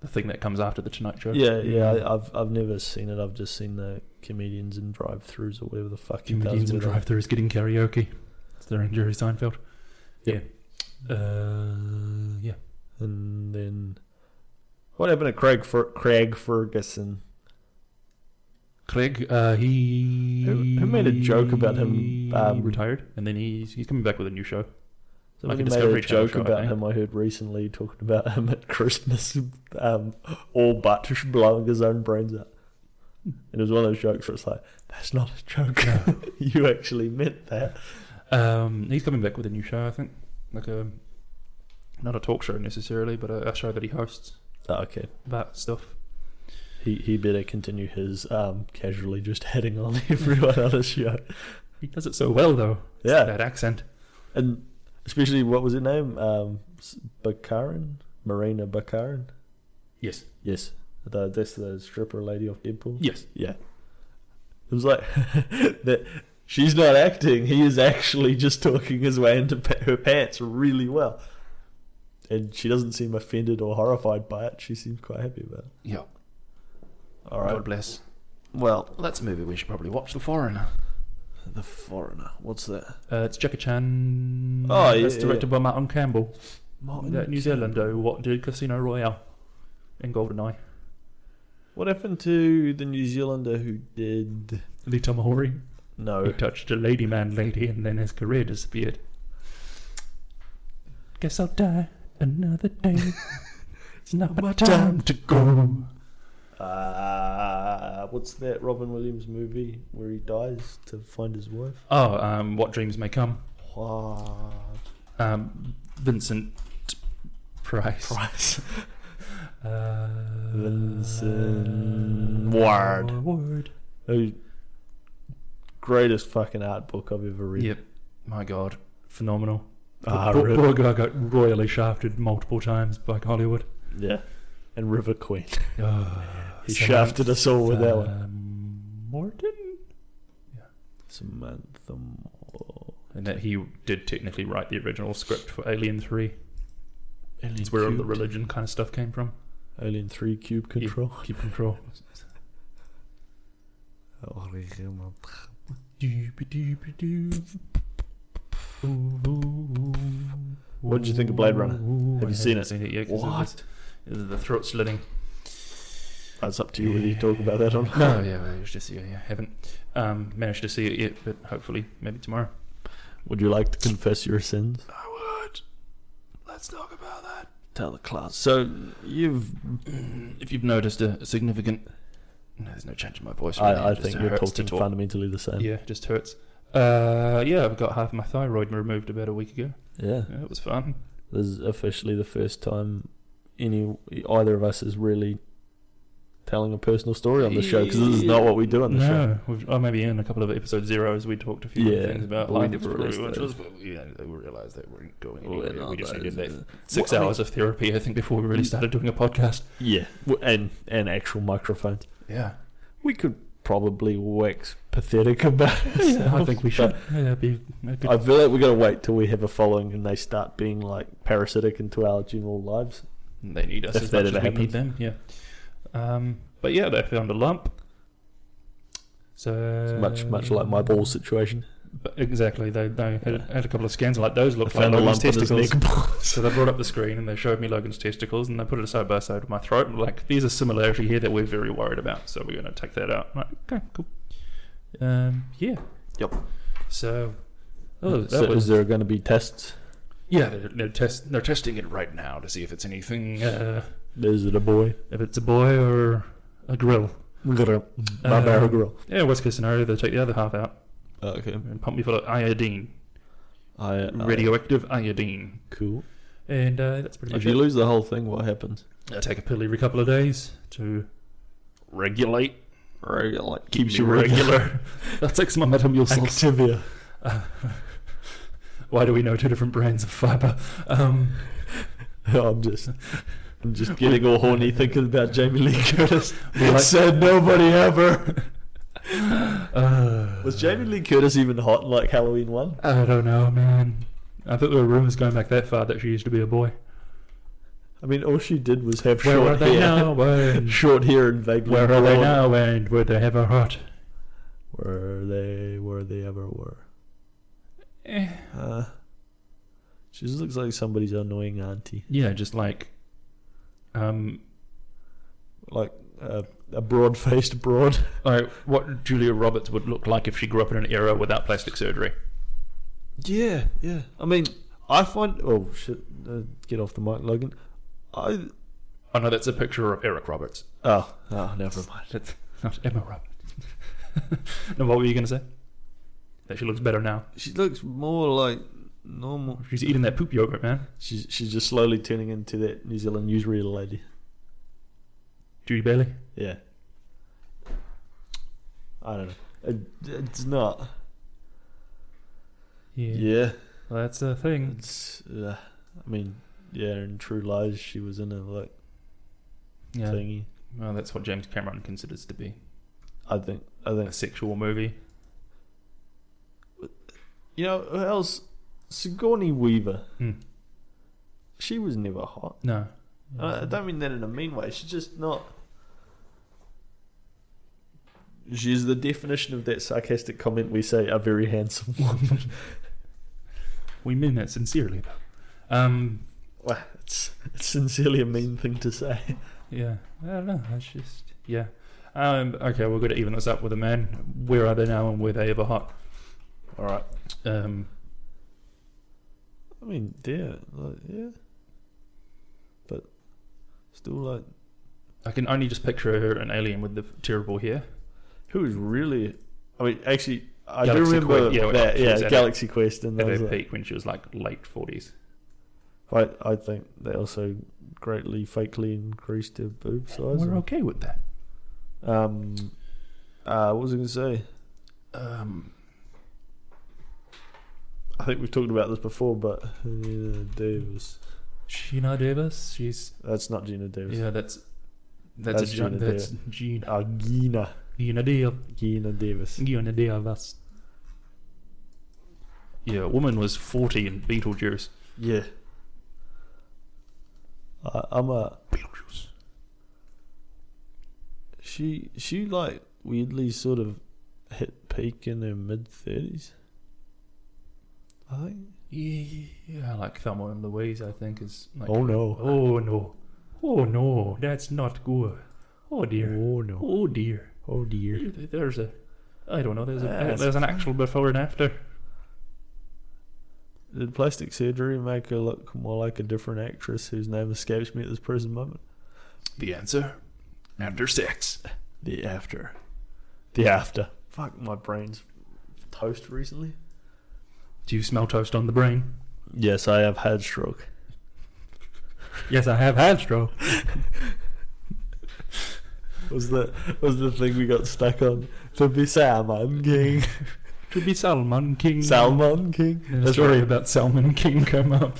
Speaker 2: The thing that comes after the Tonight Show.
Speaker 1: Yeah, yeah. I, I've I've never seen it. I've just seen the comedians and drive-throughs or whatever the fuck. he does
Speaker 2: Comedians and
Speaker 1: with it.
Speaker 2: drive throughs getting karaoke. It's their own Jerry Seinfeld.
Speaker 1: Yep.
Speaker 2: Yeah. Uh, yeah.
Speaker 1: And then what happened to Craig Fer- Craig Ferguson?
Speaker 2: Craig, uh, he
Speaker 1: Who- who made a joke about him, um,
Speaker 2: retired, and then he's he's coming back with a new show.
Speaker 1: Somebody
Speaker 2: a
Speaker 1: made a
Speaker 2: Discovery Channel
Speaker 1: joke
Speaker 2: show, I
Speaker 1: about
Speaker 2: think.
Speaker 1: him. I heard recently talking about him at Christmas, um, all but blowing his own brains out. And it was one of those jokes where it's like, that's not a joke. you actually meant that.
Speaker 2: Um, he's coming back with a new show, I think, like a not a talk show necessarily, but a, a show that he hosts
Speaker 1: Oh, okay.
Speaker 2: about stuff.
Speaker 1: He he better continue his um, casually just heading on everyone on his show.
Speaker 2: He does it so well though. It's
Speaker 1: Yeah.
Speaker 2: that accent.
Speaker 1: And especially, what was her name? Um, S- Bakarin? Marina Bakarin?
Speaker 2: Yes,
Speaker 1: Yes. The, that's the stripper lady of Deadpool?
Speaker 2: yes.
Speaker 1: Yeah. It was like that. She's not acting. He is actually just talking his way into pa- her pants really well. And she doesn't seem offended or horrified by it. She seems quite happy about it.
Speaker 2: Yeah.
Speaker 1: All right.
Speaker 2: God bless. Well, that's a movie we should probably watch. The Foreigner.
Speaker 1: The foreigner. What's that?
Speaker 2: Uh, it's Jackie Chan.
Speaker 1: Oh, yeah,
Speaker 2: It's
Speaker 1: yeah, Oh,
Speaker 2: directed by Martin Campbell,
Speaker 1: Martin
Speaker 2: that New Zealander what did Casino Royale and Goldeneye.
Speaker 1: What happened to the New Zealander who did?
Speaker 2: Lee Tamahori. He
Speaker 1: No.
Speaker 2: touched a lady man lady and then his career disappeared. Guess I'll die another day. it's not my time to go.
Speaker 1: Uh, what's that Robin Williams movie where he dies to find his wife?
Speaker 2: Oh, um, What Dreams May Come.
Speaker 1: What?
Speaker 2: Um, Vincent Price.
Speaker 1: Price.
Speaker 2: Uh,
Speaker 1: Vincent Ward.
Speaker 2: Ward.
Speaker 1: The greatest fucking art book I've ever read.
Speaker 2: Yep. My God. Phenomenal.
Speaker 1: Ah,
Speaker 2: Poor-
Speaker 1: Riv-
Speaker 2: poor guy got royally shafted multiple times by Hollywood.
Speaker 1: yeah. And River Queen.
Speaker 2: Ah,
Speaker 1: He
Speaker 2: Samantha
Speaker 1: shafted us all with that one.
Speaker 2: um, Morton?
Speaker 1: Samantha Moore.
Speaker 2: And that he did technically write the original script for Alien 3. It's where all the religion kind of stuff came from.
Speaker 1: Alien 3 Cube Control.
Speaker 2: Keep control.
Speaker 1: What
Speaker 2: What
Speaker 1: did you think of Blade Runner? Have you seen it?
Speaker 2: seen it yet 'cause of this- The throat slitting.
Speaker 1: That's up to you whether you talk about that or not.
Speaker 2: No, yeah, well, it was just, yeah, yeah, haven't um, managed to see it yet, but hopefully, maybe tomorrow.
Speaker 1: Would you like to confess your sins?
Speaker 2: I would. Let's talk about that.
Speaker 1: Tell the class.
Speaker 2: So you've, Mm, if you've noticed a significant, no, there's no change in my voice.
Speaker 1: I,
Speaker 2: really,
Speaker 1: I
Speaker 2: it just
Speaker 1: think you're
Speaker 2: hurts to
Speaker 1: talking
Speaker 2: talk.
Speaker 1: fundamentally the same.
Speaker 2: Yeah, it just hurts. Uh, yeah, I've got half my thyroid removed about a week ago.
Speaker 1: yeah.
Speaker 2: Yeah, it was fun.
Speaker 1: This is officially the first time any either of us is really telling a personal story on the show because this is not what we do on the show.
Speaker 2: No, we've, oh, maybe in a couple of episode zeros we talked a few
Speaker 1: Yeah,
Speaker 2: things about
Speaker 1: but we
Speaker 2: life,
Speaker 1: never
Speaker 2: which
Speaker 1: released
Speaker 2: was
Speaker 1: those.
Speaker 2: yeah, they realized they weren't going
Speaker 1: Well,
Speaker 2: anywhere.
Speaker 1: no,
Speaker 2: we just
Speaker 1: that
Speaker 2: needed
Speaker 1: is-
Speaker 2: that six
Speaker 1: Well, I mean-
Speaker 2: hours of therapy, I think, before we really started doing a podcast.
Speaker 1: Yeah, w- and and actual microphones.
Speaker 2: Yeah,
Speaker 1: We could probably wax pathetic about it.
Speaker 2: I think we should. Yeah, that'd be, that'd be
Speaker 1: I feel like we got to wait till we have a following and they start being like parasitic into our general lives.
Speaker 2: They need us
Speaker 1: If
Speaker 2: as
Speaker 1: that
Speaker 2: much as
Speaker 1: ever
Speaker 2: we need them. Yeah. Um, but yeah, they found a lump. So
Speaker 1: It's
Speaker 2: Uh,
Speaker 1: much much like my ball situation.
Speaker 2: But exactly. They they had,
Speaker 1: Yeah.
Speaker 2: had a couple of scans like those
Speaker 1: I
Speaker 2: looked like
Speaker 1: found a
Speaker 2: Logan's
Speaker 1: lump in his
Speaker 2: testicles.
Speaker 1: neck balls.
Speaker 2: So they brought up the screen and they showed me Logan's testicles and they put it side by side with my throat and like there's a similarity here that we're very worried about, so we're gonna take that out. I'm like, okay, cool. Um, yeah.
Speaker 1: Yep.
Speaker 2: So oh, that
Speaker 1: so
Speaker 2: was
Speaker 1: is there going to be tests?
Speaker 2: yeah. They're, they're test they're testing it right now to see if it's anything uh,
Speaker 1: Is it a boy?
Speaker 2: if it's a boy or a grill.
Speaker 1: My
Speaker 2: Uh,
Speaker 1: barrel girl.
Speaker 2: Yeah, worst case scenario, they take the other half out
Speaker 1: Oh, Okay.
Speaker 2: and pump me full of iodine,
Speaker 1: I, I-
Speaker 2: radioactive iodine,
Speaker 1: Cool.
Speaker 2: and uh, that's pretty much
Speaker 1: If you
Speaker 2: it.
Speaker 1: lose the whole thing, what happens?
Speaker 2: I take a pill every couple of days to regulate.
Speaker 1: Regulate. Keeps
Speaker 2: me
Speaker 1: you regular.
Speaker 2: that takes my Metamucil.
Speaker 1: Activia.
Speaker 2: Why do we know two different brands of fiber? Um,
Speaker 1: I'm just, I'm just getting all horny thinking about Jamie Lee Curtis.
Speaker 2: we like-
Speaker 1: Said nobody ever.
Speaker 2: uh,
Speaker 1: Was Jamie Lee Curtis even hot in like Halloween one?
Speaker 2: I don't know, man. I thought there were rumors going back that far that she used to be a boy.
Speaker 1: I mean, all she did was have
Speaker 2: Where are
Speaker 1: short
Speaker 2: they now?
Speaker 1: hair,
Speaker 2: And
Speaker 1: short hair and vaguely
Speaker 2: where are they
Speaker 1: blonde.
Speaker 2: now? And were they ever hot?
Speaker 1: Were they? Were they ever were?
Speaker 2: Eh.
Speaker 1: Uh, she just looks like somebody's annoying auntie.
Speaker 2: Yeah, just like um,
Speaker 1: Like a, a broad-faced broad.
Speaker 2: Like Uh, what Julia Roberts would look like if she grew up in an era without plastic surgery.
Speaker 1: Yeah, yeah. I mean, I find. Oh shit! Uh, get off the mic, Logan. I.
Speaker 2: Oh no, that's a picture of Eric Roberts.
Speaker 1: Oh, oh never mind.
Speaker 2: That's not Emma Roberts. no, what were you going to say? That she looks better now.
Speaker 1: She looks more like normal.
Speaker 2: She's eating that poop yogurt, man.
Speaker 1: She's she's just slowly turning into that New Zealand newsreader lady.
Speaker 2: Judy Bailey.
Speaker 1: Yeah. I don't know. It, it's not. Yeah.
Speaker 2: Well, that's the thing.
Speaker 1: It's. Uh, I mean, yeah. In True Lies, she was in a like
Speaker 2: Yeah.
Speaker 1: thingy.
Speaker 2: Well, that's what James Cameron considers to be
Speaker 1: I think. I
Speaker 2: a
Speaker 1: think.
Speaker 2: sexual movie.
Speaker 1: You know who else? Sigourney Weaver.
Speaker 2: Hmm.
Speaker 1: She was never hot.
Speaker 2: No.
Speaker 1: And I I don't mean that in a mean way. She's just not. She's the definition of that sarcastic comment we say, a very handsome woman.
Speaker 2: We mean that sincerely, though. Um,
Speaker 1: Wow, it's, it's sincerely a mean thing to say.
Speaker 2: Yeah, I don't know. That's just yeah. Um, okay, we're going to even this up with a man. Where are they now, and were they ever hot?
Speaker 1: All right.
Speaker 2: Um,
Speaker 1: I mean, yeah, like, yeah. But still, like,
Speaker 2: I can only just picture her an alien with the terrible hair.
Speaker 1: who is really? I mean, actually, I
Speaker 2: Galaxy
Speaker 1: do remember
Speaker 2: Quest, yeah, when
Speaker 1: that.
Speaker 2: she
Speaker 1: Yeah,
Speaker 2: was at
Speaker 1: Galaxy Quest, and
Speaker 2: At
Speaker 1: those.
Speaker 2: her
Speaker 1: Like,
Speaker 2: peak, when she was like late forties.
Speaker 1: I, I think they also greatly, fakely increased their boob size.
Speaker 2: We're okay with that.
Speaker 1: Um, uh, what was I going to say?
Speaker 2: Um,
Speaker 1: I think we've talked about this before, but Gina Davis.
Speaker 2: Sheena Davis. She's
Speaker 1: That's not Gina Davis.
Speaker 2: yeah. That's that's,
Speaker 1: That's
Speaker 2: a Gina.
Speaker 1: Gina
Speaker 2: That's Gina.
Speaker 1: Uh, Gina.
Speaker 2: Gina Davis.
Speaker 1: Gina Davis.
Speaker 2: Gina Davis. Yeah, a woman was forty in Beetlejuice.
Speaker 1: Yeah. I I'm a.
Speaker 2: Beetlejuice.
Speaker 1: She she like weirdly sort of hit peak in her mid thirties. I think.
Speaker 2: Yeah, like Thelma and Louise, I think is like
Speaker 1: oh no!
Speaker 2: Oh no. Oh no, that's not good. Oh dear.
Speaker 1: Oh no!
Speaker 2: Oh dear.
Speaker 1: Oh dear!
Speaker 2: There's a I don't know, there's a
Speaker 1: That's
Speaker 2: there's an actual before and after.
Speaker 1: Did plastic surgery make her look more like a different actress whose name escapes me at this present moment?
Speaker 2: The answer after sex.
Speaker 1: The after. The after. Fuck, my brain's toast recently.
Speaker 2: Do you smell toast on the brain?
Speaker 1: Yes, I have had stroke.
Speaker 2: Yes, I have had stroke.
Speaker 1: Was the was the thing we got stuck on to be Salmon King?
Speaker 2: To be Salmon King.
Speaker 1: Salmon King.
Speaker 2: Yeah,
Speaker 1: That's
Speaker 2: story
Speaker 1: right.
Speaker 2: about Salmon King come up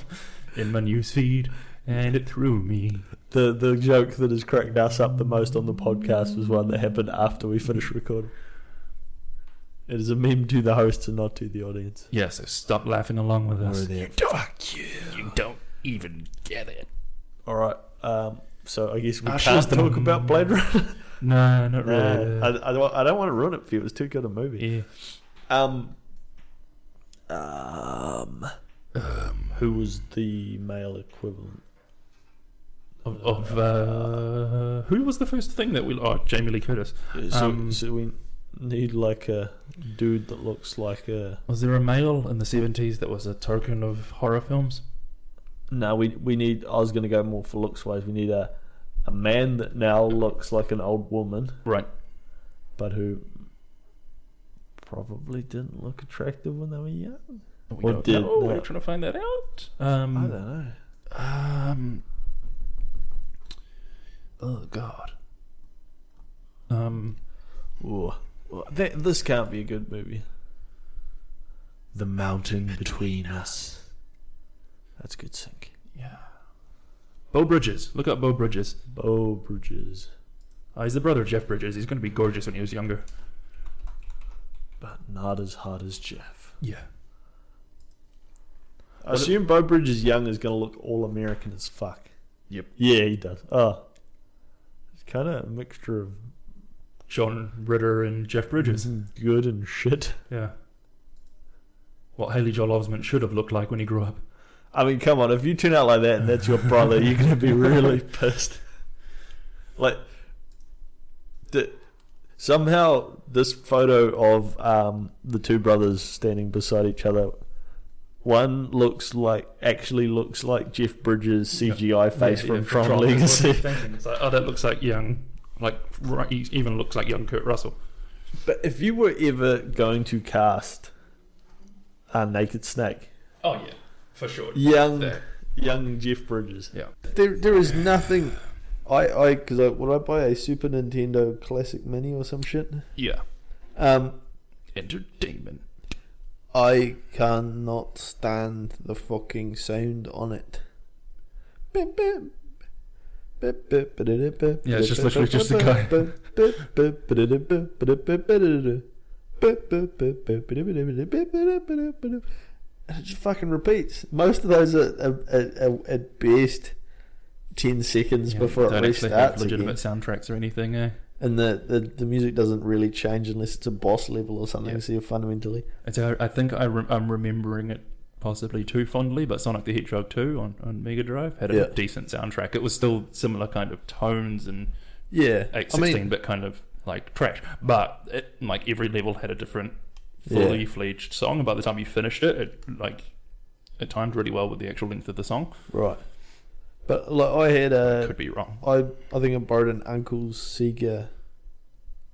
Speaker 2: in my news feed and it threw me.
Speaker 1: The the joke that has cracked us up the most on the podcast was one that happened after we finished recording. It is a meme to the host and not to the audience.
Speaker 2: Yeah, so stop laughing along with us.
Speaker 1: there.
Speaker 2: Fuck you. You don't even get it.
Speaker 1: All right. Um, so I guess we
Speaker 2: I
Speaker 1: can't
Speaker 2: should've-
Speaker 1: talk about Blade Runner.
Speaker 2: No, not really.
Speaker 1: Nah, I, I, don't, I don't want to ruin it for you. It was too good a movie.
Speaker 2: yeah.
Speaker 1: Um, um, who was the male equivalent?
Speaker 2: Of, of uh, who was the first thing that we? Oh, Jamie Lee Curtis.
Speaker 1: So,
Speaker 2: Um,
Speaker 1: so we need like a dude that looks like a.
Speaker 2: Was there a male in the seventies that was a token of horror films?
Speaker 1: No, we we need. I was going to go more for looks wise. We need a a man that now looks like an old woman,
Speaker 2: Right.
Speaker 1: but who probably didn't look attractive when they were young.
Speaker 2: We
Speaker 1: Or
Speaker 2: don't
Speaker 1: did
Speaker 2: know. We're
Speaker 1: that.
Speaker 2: trying to find that out.
Speaker 1: I
Speaker 2: Um,
Speaker 1: don't know.
Speaker 2: um. Oh God. Um.
Speaker 1: Ooh. Well, that, this can't be a good movie. The mountain between us. That's good sync.
Speaker 2: Yeah. Bo Bridges. Look up Bo Bridges.
Speaker 1: Bo Bridges,
Speaker 2: Uh, he's the brother of Jeff Bridges. He's going to be gorgeous when he was younger.
Speaker 1: but not as hot as Jeff.
Speaker 2: Yeah.
Speaker 1: I assume Bo Bridges young is going to look all American as fuck.
Speaker 2: Yep.
Speaker 1: Yeah, he does. Oh. It's kind of a mixture of
Speaker 2: Sean Ritter and Jeff Bridges.
Speaker 1: good and shit.
Speaker 2: Yeah. What Haley Joel Osment should have looked like when he grew up.
Speaker 1: I mean, come on, if you turn out like that and that's your brother, you're going to be really pissed. Like, D- somehow this photo of um, the two brothers standing beside each other. One looks like actually looks like Jeff Bridges' CGI face
Speaker 2: Yeah,
Speaker 1: from
Speaker 2: yeah,
Speaker 1: Tron,
Speaker 2: that's what I'm
Speaker 1: Legacy.
Speaker 2: thinking. It's like, oh, that looks like young, like right, he even looks like young Kurt Russell.
Speaker 1: But if you were ever going to cast a naked snake,
Speaker 2: Oh yeah, for sure.
Speaker 1: young
Speaker 2: There.
Speaker 1: young Jeff Bridges,
Speaker 2: Yeah.
Speaker 1: there there is nothing. I I because I, would I buy a Super Nintendo Classic Mini or some shit?
Speaker 2: Yeah.
Speaker 1: Um,
Speaker 2: Entertainment.
Speaker 1: I cannot stand the fucking sound on it. Beep, beep. Beep, beep, ba-da-da, beep,
Speaker 2: Yeah, it's just
Speaker 1: beep,
Speaker 2: literally
Speaker 1: beep,
Speaker 2: just the
Speaker 1: beep,
Speaker 2: guy.
Speaker 1: beep, beep, beep, ba-da-da, beep, ba-da, beep, ba-da-da. Beep, beep, beep, beep, ba-da, ba-da, ba-da, beep, ba-da, ba-da, ba-da. And it just fucking repeats. Most of those are, are, are, are at best ten seconds before it
Speaker 2: don't actually have
Speaker 1: restarts
Speaker 2: legitimate
Speaker 1: again,
Speaker 2: soundtracks or anything. Eh?
Speaker 1: and the, the the music doesn't really change unless it's a boss level or something.
Speaker 2: Yeah.
Speaker 1: So you're fundamentally
Speaker 2: It's, I I think I rem- I'm remembering it possibly too fondly, but Sonic the Hedgehog 2 on, on Mega Drive had a
Speaker 1: Yeah.
Speaker 2: decent soundtrack. It was still similar kind of tones and
Speaker 1: yeah.
Speaker 2: eight
Speaker 1: I mean-
Speaker 2: sixteen bit kind of like trash, but it, like every level had a different
Speaker 1: Yeah.
Speaker 2: fully fledged song. And by the time you finished it, it like it timed really well with the actual length of the song.
Speaker 1: Right. But like I had a,
Speaker 2: Could be wrong.
Speaker 1: I I think I borrowed an uncle's Sega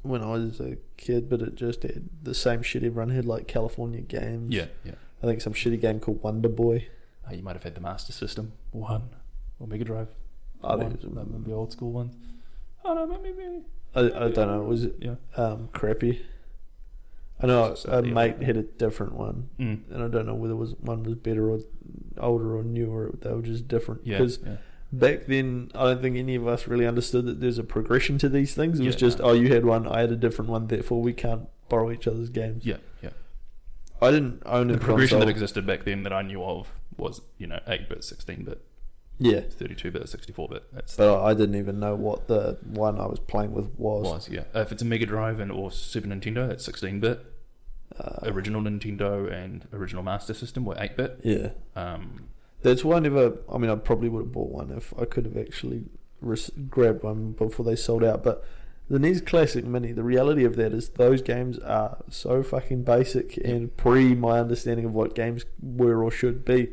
Speaker 1: when I was a kid, but it just had the same shit everyone had, like California games.
Speaker 2: Yeah, yeah.
Speaker 1: I think some shitty game called Wonder Boy.
Speaker 2: Oh, you might have had the Master System one or Mega Drive.
Speaker 1: I
Speaker 2: one,
Speaker 1: think it was-
Speaker 2: the old school ones. Oh no, maybe. maybe-
Speaker 1: I, I don't know. Was it
Speaker 2: Yeah.
Speaker 1: um, crappy? I know
Speaker 2: It's just
Speaker 1: a
Speaker 2: not the
Speaker 1: mate
Speaker 2: other-
Speaker 1: had a different one,
Speaker 2: Mm.
Speaker 1: and I don't know whether it was one was better or older or newer. They were just different.
Speaker 2: Yeah.
Speaker 1: 'Cause
Speaker 2: yeah.
Speaker 1: back then, I don't think any of us really understood that there's a progression to these things. It was
Speaker 2: Yeah,
Speaker 1: just,
Speaker 2: no.
Speaker 1: oh, you had one, I had a different one, therefore we can't borrow each other's games.
Speaker 2: Yeah, yeah.
Speaker 1: I didn't own a
Speaker 2: The
Speaker 1: console.
Speaker 2: progression that existed back then that I knew of was, you know, 8 bit, 16 bit,
Speaker 1: Yeah,
Speaker 2: 32 bit, 64 bit. That's
Speaker 1: but I I didn't even know what the one I was playing with was.
Speaker 2: was, yeah. If it's a Mega Drive and or Super Nintendo, that's 16 bit.
Speaker 1: Uh,
Speaker 2: Original Nintendo and original Master System were 8 bit.
Speaker 1: yeah,
Speaker 2: Um,
Speaker 1: that's why I never. I mean, I probably would have bought one if I could have actually res- grabbed one before they sold out. But the NES Classic Mini, the reality of that is those games are so fucking basic and pre my understanding of what games were or should be.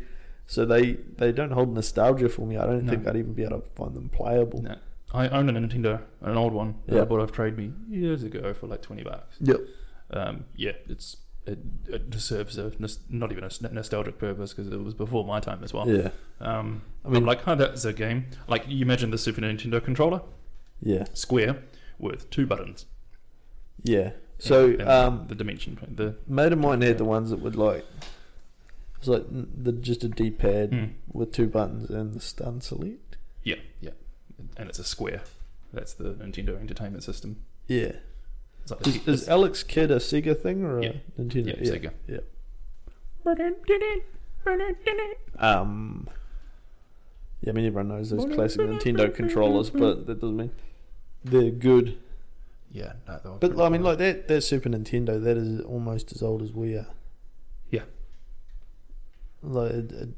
Speaker 1: So they they don't hold nostalgia for me. I don't
Speaker 2: No.
Speaker 1: think I'd even be able to find them playable.
Speaker 2: no. I own a Nintendo, an old one that
Speaker 1: Yeah.
Speaker 2: I bought off Trade Me years ago for like 20 bucks.
Speaker 1: Yep.
Speaker 2: Um, yeah, it's it, it serves a nos- not even a s- nostalgic purpose because it was before my time as well.
Speaker 1: Yeah.
Speaker 2: Um,
Speaker 1: I
Speaker 2: I
Speaker 1: mean-
Speaker 2: mean, like, oh, that's a game. Like, you imagine the Super Nintendo controller,
Speaker 1: Yeah.
Speaker 2: square, with two buttons.
Speaker 1: Yeah. So
Speaker 2: And
Speaker 1: um,
Speaker 2: the dimension, the
Speaker 1: mate of mine had the ones that would like. It's like n- the, just a D pad
Speaker 2: Mm.
Speaker 1: with two buttons and the stun select.
Speaker 2: yeah, yeah, and it's a square. That's the Nintendo Entertainment System.
Speaker 1: Yeah.
Speaker 2: It's like
Speaker 1: Is, is Alex Kidd a Sega thing or a
Speaker 2: Yeah.
Speaker 1: Nintendo?
Speaker 2: yeah, Sega.
Speaker 1: Um, yeah, I mean everyone knows those classic Nintendo controllers, but that doesn't mean they're good.
Speaker 2: Yeah, no, that was
Speaker 1: But
Speaker 2: pretty
Speaker 1: I mean,
Speaker 2: cool.
Speaker 1: like that that Super Nintendo, that is almost as old as we are.
Speaker 2: Yeah.
Speaker 1: Like, it- it-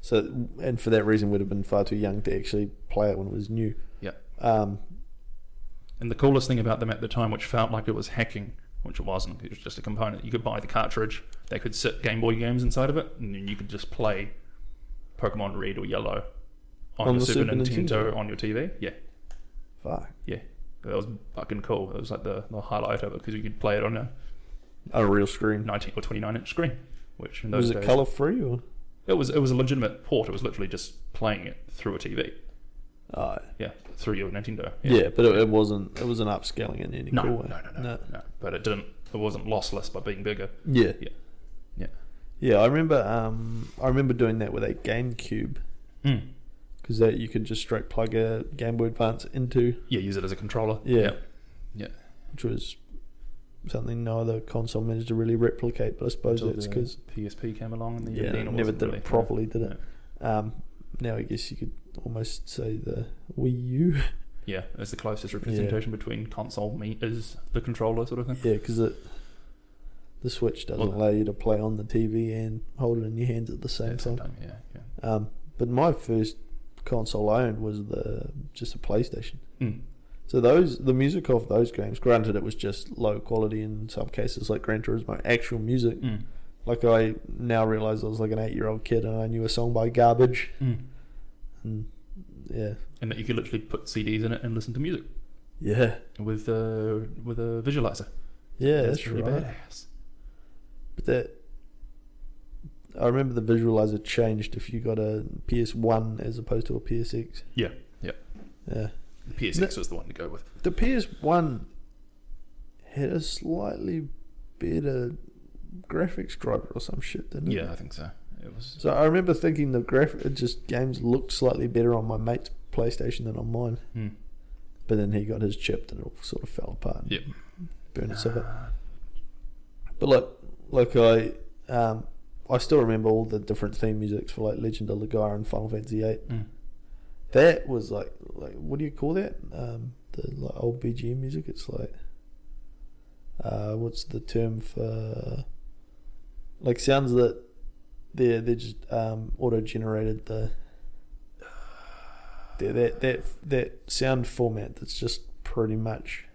Speaker 1: so, and for that reason, we'd have been far too young to actually play it when it was new.
Speaker 2: Yeah.
Speaker 1: Um,
Speaker 2: and the coolest thing about them at the time, which felt like it was hacking, which it wasn't. It was just a component. You could buy the cartridge. They could sit Game Boy games inside of it, and then you could just play Pokemon Red or Yellow on,
Speaker 1: On
Speaker 2: your
Speaker 1: the
Speaker 2: Super,
Speaker 1: Super
Speaker 2: Nintendo,
Speaker 1: Nintendo?
Speaker 2: on your TV. Yeah,
Speaker 1: fuck.
Speaker 2: yeah, that was fucking cool. It was like the, the highlight of it because you could play it on a
Speaker 1: A real screen.
Speaker 2: 19 or 29 inch screen, which in those
Speaker 1: was it
Speaker 2: days
Speaker 1: color free or?
Speaker 2: It was it was a legitimate port. It was literally just playing it through a TV.
Speaker 1: Oh,
Speaker 2: Yeah, through your Nintendo.
Speaker 1: yeah. but it, it wasn't. It wasn't upscaling in any
Speaker 2: No,
Speaker 1: cool
Speaker 2: no,
Speaker 1: way.
Speaker 2: no, no, no, But it didn't. It wasn't lossless by being bigger.
Speaker 1: Yeah.
Speaker 2: Yeah. Yeah.
Speaker 1: Yeah, I remember. Um, I remember doing that with a GameCube Hmm.
Speaker 2: Mm.
Speaker 1: because that you could just straight plug a Game Boy Advance into,
Speaker 2: Yeah, use it as a controller.
Speaker 1: Yeah.
Speaker 2: Yeah.
Speaker 1: which was something no other console managed to really replicate. But I suppose
Speaker 2: Until
Speaker 1: that's
Speaker 2: the uh,
Speaker 1: because
Speaker 2: PSP came along and the
Speaker 1: yeah, they
Speaker 2: Arena
Speaker 1: never
Speaker 2: wasn't
Speaker 1: did
Speaker 2: really-
Speaker 1: it properly, did it?
Speaker 2: No.
Speaker 1: Um, now I guess you could almost say the Wii U.
Speaker 2: Yeah, it's the closest representation between console me is the controller sort of thing.
Speaker 1: yeah, because it. The Switch doesn't
Speaker 2: Well-
Speaker 1: allow you to play on the TV and hold it in your hands at the same
Speaker 2: Yeah,
Speaker 1: time.
Speaker 2: sometime, Yeah, yeah.
Speaker 1: Um, but my first console I owned was the just a PlayStation.
Speaker 2: Mm.
Speaker 1: So those the music of those games, granted, it was just low quality in some cases, like Gran Turismo, actual music.
Speaker 2: Mm.
Speaker 1: Like I now realize I was like an eight-year-old kid and I knew a song by Garbage.
Speaker 2: Mm.
Speaker 1: And yeah,
Speaker 2: And that you could literally put CDs in it and listen to music
Speaker 1: yeah,
Speaker 2: with uh, with a visualizer.
Speaker 1: yeah. That's,
Speaker 2: pretty
Speaker 1: right.
Speaker 2: badass.
Speaker 1: But that I remember the visualizer changed if you got a PS1 as opposed to a PSX.
Speaker 2: Yeah, yeah.
Speaker 1: Yeah.
Speaker 2: The PSX was the one to go with.
Speaker 1: The PS1 had a slightly better graphics driver or some shit, didn't it?
Speaker 2: Yeah, I think so. It was.
Speaker 1: So I remember thinking the graph it just games looked slightly better on my mate's PlayStation than on mine.
Speaker 2: Mm.
Speaker 1: But then he got his chipped and it all sort of fell apart. and
Speaker 2: Yep.
Speaker 1: Burned itself up. But like, like I, um, I still remember all the different theme musics for like Legend of Legaia and Final Fantasy VIII.
Speaker 2: Mm.
Speaker 1: That was like, like what do you call that? Um, the like old BGM music. It's like, uh, what's the term for? Like sounds that they're they're just um, auto generated the. they're That that that sound format that's just pretty much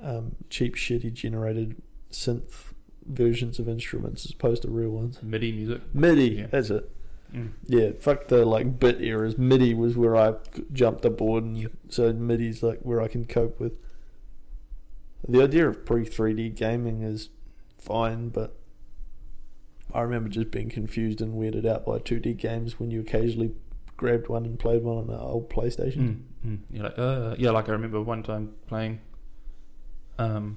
Speaker 1: um, cheap, shitty generated synth versions of instruments as opposed to real ones.
Speaker 2: MIDI music.
Speaker 1: MIDI,
Speaker 2: Yeah.
Speaker 1: that's it.
Speaker 2: Mm.
Speaker 1: Yeah, fuck the like bit errors. MIDI was where I c- jumped aboard, and so MIDI's like where I can cope with. The idea of pre 3D gaming is fine, but I remember just being confused and weirded out by 2D games when you occasionally grabbed one and played one on an old PlayStation.
Speaker 2: Mm, mm. You're like, uh, yeah, like I remember one time playing um,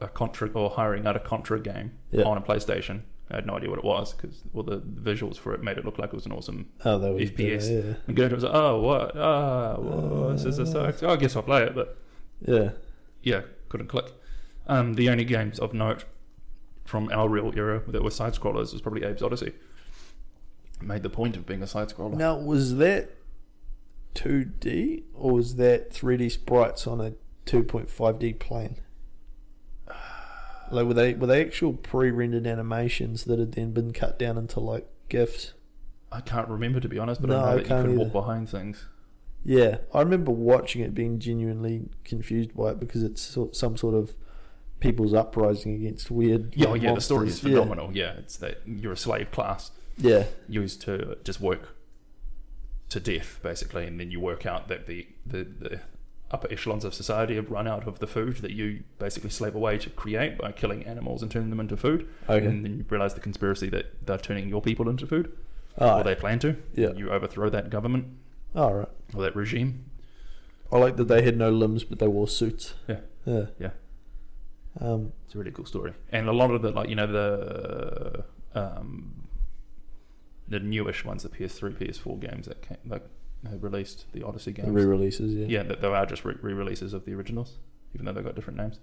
Speaker 2: a Contra or hiring out a Contra game
Speaker 1: Yeah.
Speaker 2: on a PlayStation. I had no idea what it was because all the visuals for it made it look like it was an awesome.
Speaker 1: Oh, that was
Speaker 2: FPS.
Speaker 1: Yeah, Ah.
Speaker 2: And Gertrude was like, oh, what? Ah, whoa, this is this sucks. Oh, I guess I'll play it, but
Speaker 1: yeah.
Speaker 2: yeah, couldn't click. Um, the only games of note from our real era that were side scrollers was probably Abe's Odyssey. Made the point of being a side scroller.
Speaker 1: Now, was that 2D or was that 3D sprites on a 2.5D plane? Like, were they were they actual pre-rendered animations that had then been cut down into like GIFs?
Speaker 2: I can't remember to be honest, but
Speaker 1: No,
Speaker 2: I
Speaker 1: I
Speaker 2: know that you
Speaker 1: can't
Speaker 2: could walk
Speaker 1: either.
Speaker 2: behind things.
Speaker 1: Yeah, I remember watching it, being genuinely confused by it because it's sort- some sort of people's uprising against weird.
Speaker 2: Yeah, oh, yeah, the story is
Speaker 1: monsters. Yeah,
Speaker 2: phenomenal. Yeah. it's that you're a slave class
Speaker 1: Yeah,
Speaker 2: used to just work to death, basically, and then you work out that the, the, the upper echelons of society have run out of the food that you basically slave away to create by killing animals and turning them into food.
Speaker 1: Okay.
Speaker 2: And then you realize the conspiracy that they're turning your people into food,
Speaker 1: Ah,
Speaker 2: or they plan to.
Speaker 1: Yeah.
Speaker 2: You overthrow that government
Speaker 1: all right.
Speaker 2: or that regime.
Speaker 1: I like that they had no limbs, but they wore suits.
Speaker 2: Yeah.
Speaker 1: Yeah.
Speaker 2: Yeah.
Speaker 1: Um,
Speaker 2: It's a really cool story, and a lot of the like you know the um, the newish ones, the PS3, PS4 games that came like have released the Odyssey
Speaker 1: the
Speaker 2: games.
Speaker 1: re-releases.
Speaker 2: yeah, that they are just re- re-releases of the originals, even though they've got different names.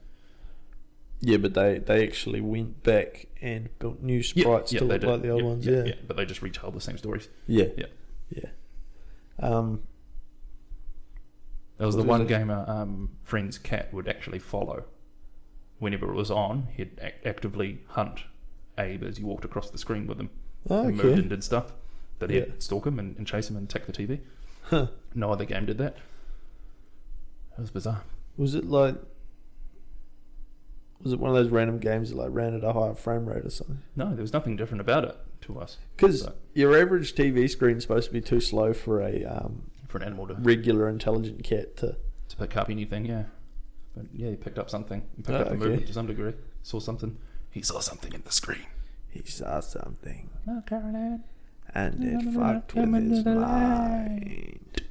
Speaker 1: Yeah, but they, they actually went back and built new sprites to
Speaker 2: they
Speaker 1: look
Speaker 2: did.
Speaker 1: like the old
Speaker 2: Yeah,
Speaker 1: ones.
Speaker 2: yeah,
Speaker 1: Yeah,
Speaker 2: yeah, but they just retold the same stories.
Speaker 1: yeah,
Speaker 2: Yeah.
Speaker 1: yeah. Um,
Speaker 2: There was
Speaker 1: What
Speaker 2: the
Speaker 1: was it?
Speaker 2: one gamer um, friend's cat would actually follow. Whenever it was on, he'd ac- actively hunt Abe as he walked across the screen with him. and moved and
Speaker 1: okay.
Speaker 2: did stuff. That he'd
Speaker 1: Yeah.
Speaker 2: stalk him and, and chase him and take the TV.
Speaker 1: Huh.
Speaker 2: No other game did that. It was bizarre.
Speaker 1: Was it like? Was it one of those random games that like ran at a higher frame rate or something?
Speaker 2: No, there was nothing different about it to us
Speaker 1: Because
Speaker 2: Right.
Speaker 1: your average TV screen's supposed to be too slow for a um,
Speaker 2: for an animal to,
Speaker 1: regular intelligent cat to.
Speaker 2: to pick up anything. Yeah, but yeah, he picked up something. He picked
Speaker 1: Oh,
Speaker 2: up the
Speaker 1: okay.
Speaker 2: movement to some degree. Saw something. He saw something in the screen.
Speaker 1: He saw something
Speaker 2: Oh, Caroline.
Speaker 1: and
Speaker 2: it
Speaker 1: it
Speaker 2: fucked
Speaker 1: fucked with
Speaker 2: with Coming to his
Speaker 1: his
Speaker 2: the light.
Speaker 1: mind.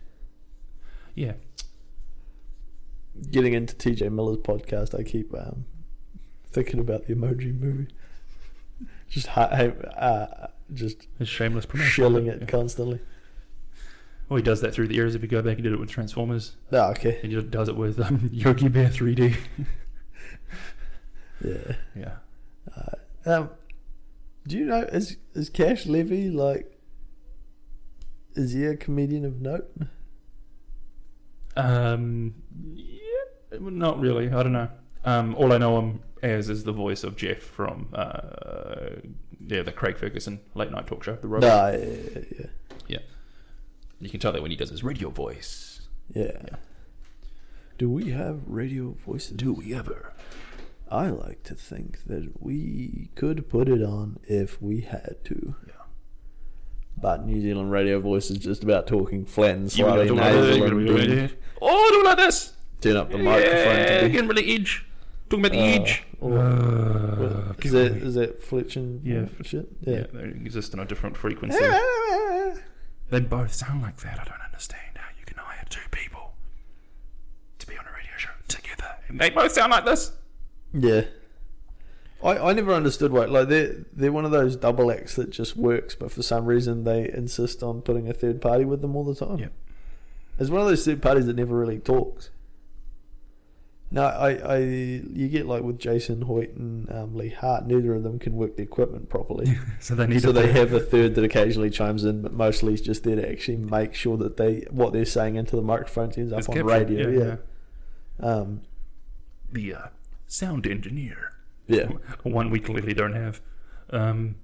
Speaker 2: Yeah,
Speaker 1: Getting into TJ Miller's podcast, I keep um, thinking about the Emoji Movie. Just hi- uh, just
Speaker 2: his shameless promotion.
Speaker 1: shilling it
Speaker 2: Yeah.
Speaker 1: constantly.
Speaker 2: Well, he does that through the years. If you go back, he did it with Transformers.
Speaker 1: No, okay,
Speaker 2: And he does it with um, Yogi Bear 3D.
Speaker 1: yeah.
Speaker 2: yeah.
Speaker 1: Um, do you know is is Cash Levy like? Is he a comedian of note?
Speaker 2: Um, yeah, not really. I don't know. Um, all I know him as is the voice of Jeff from uh, yeah, the Craig Ferguson late night talk show, The Road.
Speaker 1: No, yeah, yeah,
Speaker 2: You can tell that when he does his radio voice.
Speaker 1: yeah. yeah. Do we have radio voices?
Speaker 2: Do we ever?
Speaker 1: I like to think that we could put it on if we had to.
Speaker 2: Yeah.
Speaker 1: But New Zealand radio voice is just about talking flat and
Speaker 2: You gotta
Speaker 1: slightly
Speaker 2: do like this,
Speaker 1: nasal
Speaker 2: you gotta
Speaker 1: and
Speaker 2: do like
Speaker 1: then
Speaker 2: this. Oh, do it like this.
Speaker 1: turn up the
Speaker 2: Yeah,
Speaker 1: microphone. To
Speaker 2: getting really edge. Talking about the edge.
Speaker 1: or-
Speaker 2: Uh,
Speaker 1: be, is that is that Fletching?
Speaker 2: Yeah.
Speaker 1: shit.
Speaker 2: yeah,
Speaker 1: Yeah.
Speaker 2: they exist on a different frequency. They both sound like that. I don't understand how you can hire two people to be on a radio show together and they both sound like this.
Speaker 1: Yeah. I, I never understood why like they're they're one of those double acts that just works, but for some reason they insist on putting a third party with them all the time.
Speaker 2: Yep.
Speaker 1: It's one of those third parties that never really talks. No, I, I you get like with Jason Hoyt and um, Lee Hart, neither of them can work the equipment properly.
Speaker 2: So they need
Speaker 1: so
Speaker 2: to.
Speaker 1: they have a third that occasionally chimes in, but mostly is just there to actually make sure that they what they're saying into the microphone ends up
Speaker 2: It's
Speaker 1: on
Speaker 2: captured,
Speaker 1: radio.
Speaker 2: yeah,
Speaker 1: Yeah. Um,
Speaker 2: The uh, sound engineer,
Speaker 1: yeah.
Speaker 2: one we clearly don't have. Um,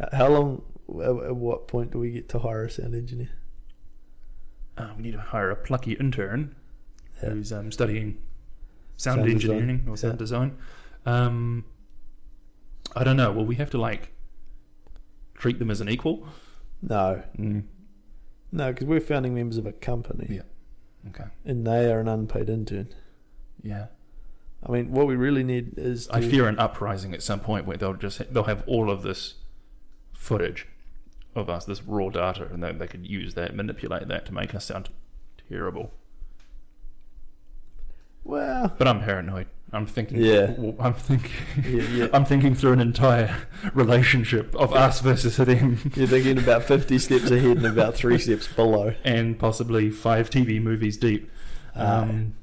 Speaker 1: H- How long? At at what point do we get to hire a sound engineer?
Speaker 2: uh, we need to hire a plucky intern
Speaker 1: Yeah.
Speaker 2: who's um, studying sound,
Speaker 1: Sound design.
Speaker 2: engineering or sound
Speaker 1: Yeah.
Speaker 2: design. Um, I don't know. Will we have to like treat them as an equal?
Speaker 1: No,
Speaker 2: Mm.
Speaker 1: no, because we're founding members of a company.
Speaker 2: Yeah. Okay.
Speaker 1: and they are an unpaid intern.
Speaker 2: Yeah.
Speaker 1: I mean, what we really need is
Speaker 2: I
Speaker 1: to-
Speaker 2: fear an uprising at some point where they'll just they'll have all of this footage of us, this raw data, and they, they could use that, manipulate that to make us sound terrible.
Speaker 1: Well,
Speaker 2: But I'm paranoid. I'm thinking.
Speaker 1: Yeah.
Speaker 2: w- I'm thinking.
Speaker 1: yeah, yeah.
Speaker 2: I'm thinking through an entire relationship of us versus them,
Speaker 1: You're thinking about 50 steps ahead and about three steps below.
Speaker 2: and possibly five TV movies deep.
Speaker 1: Uh,
Speaker 2: Um,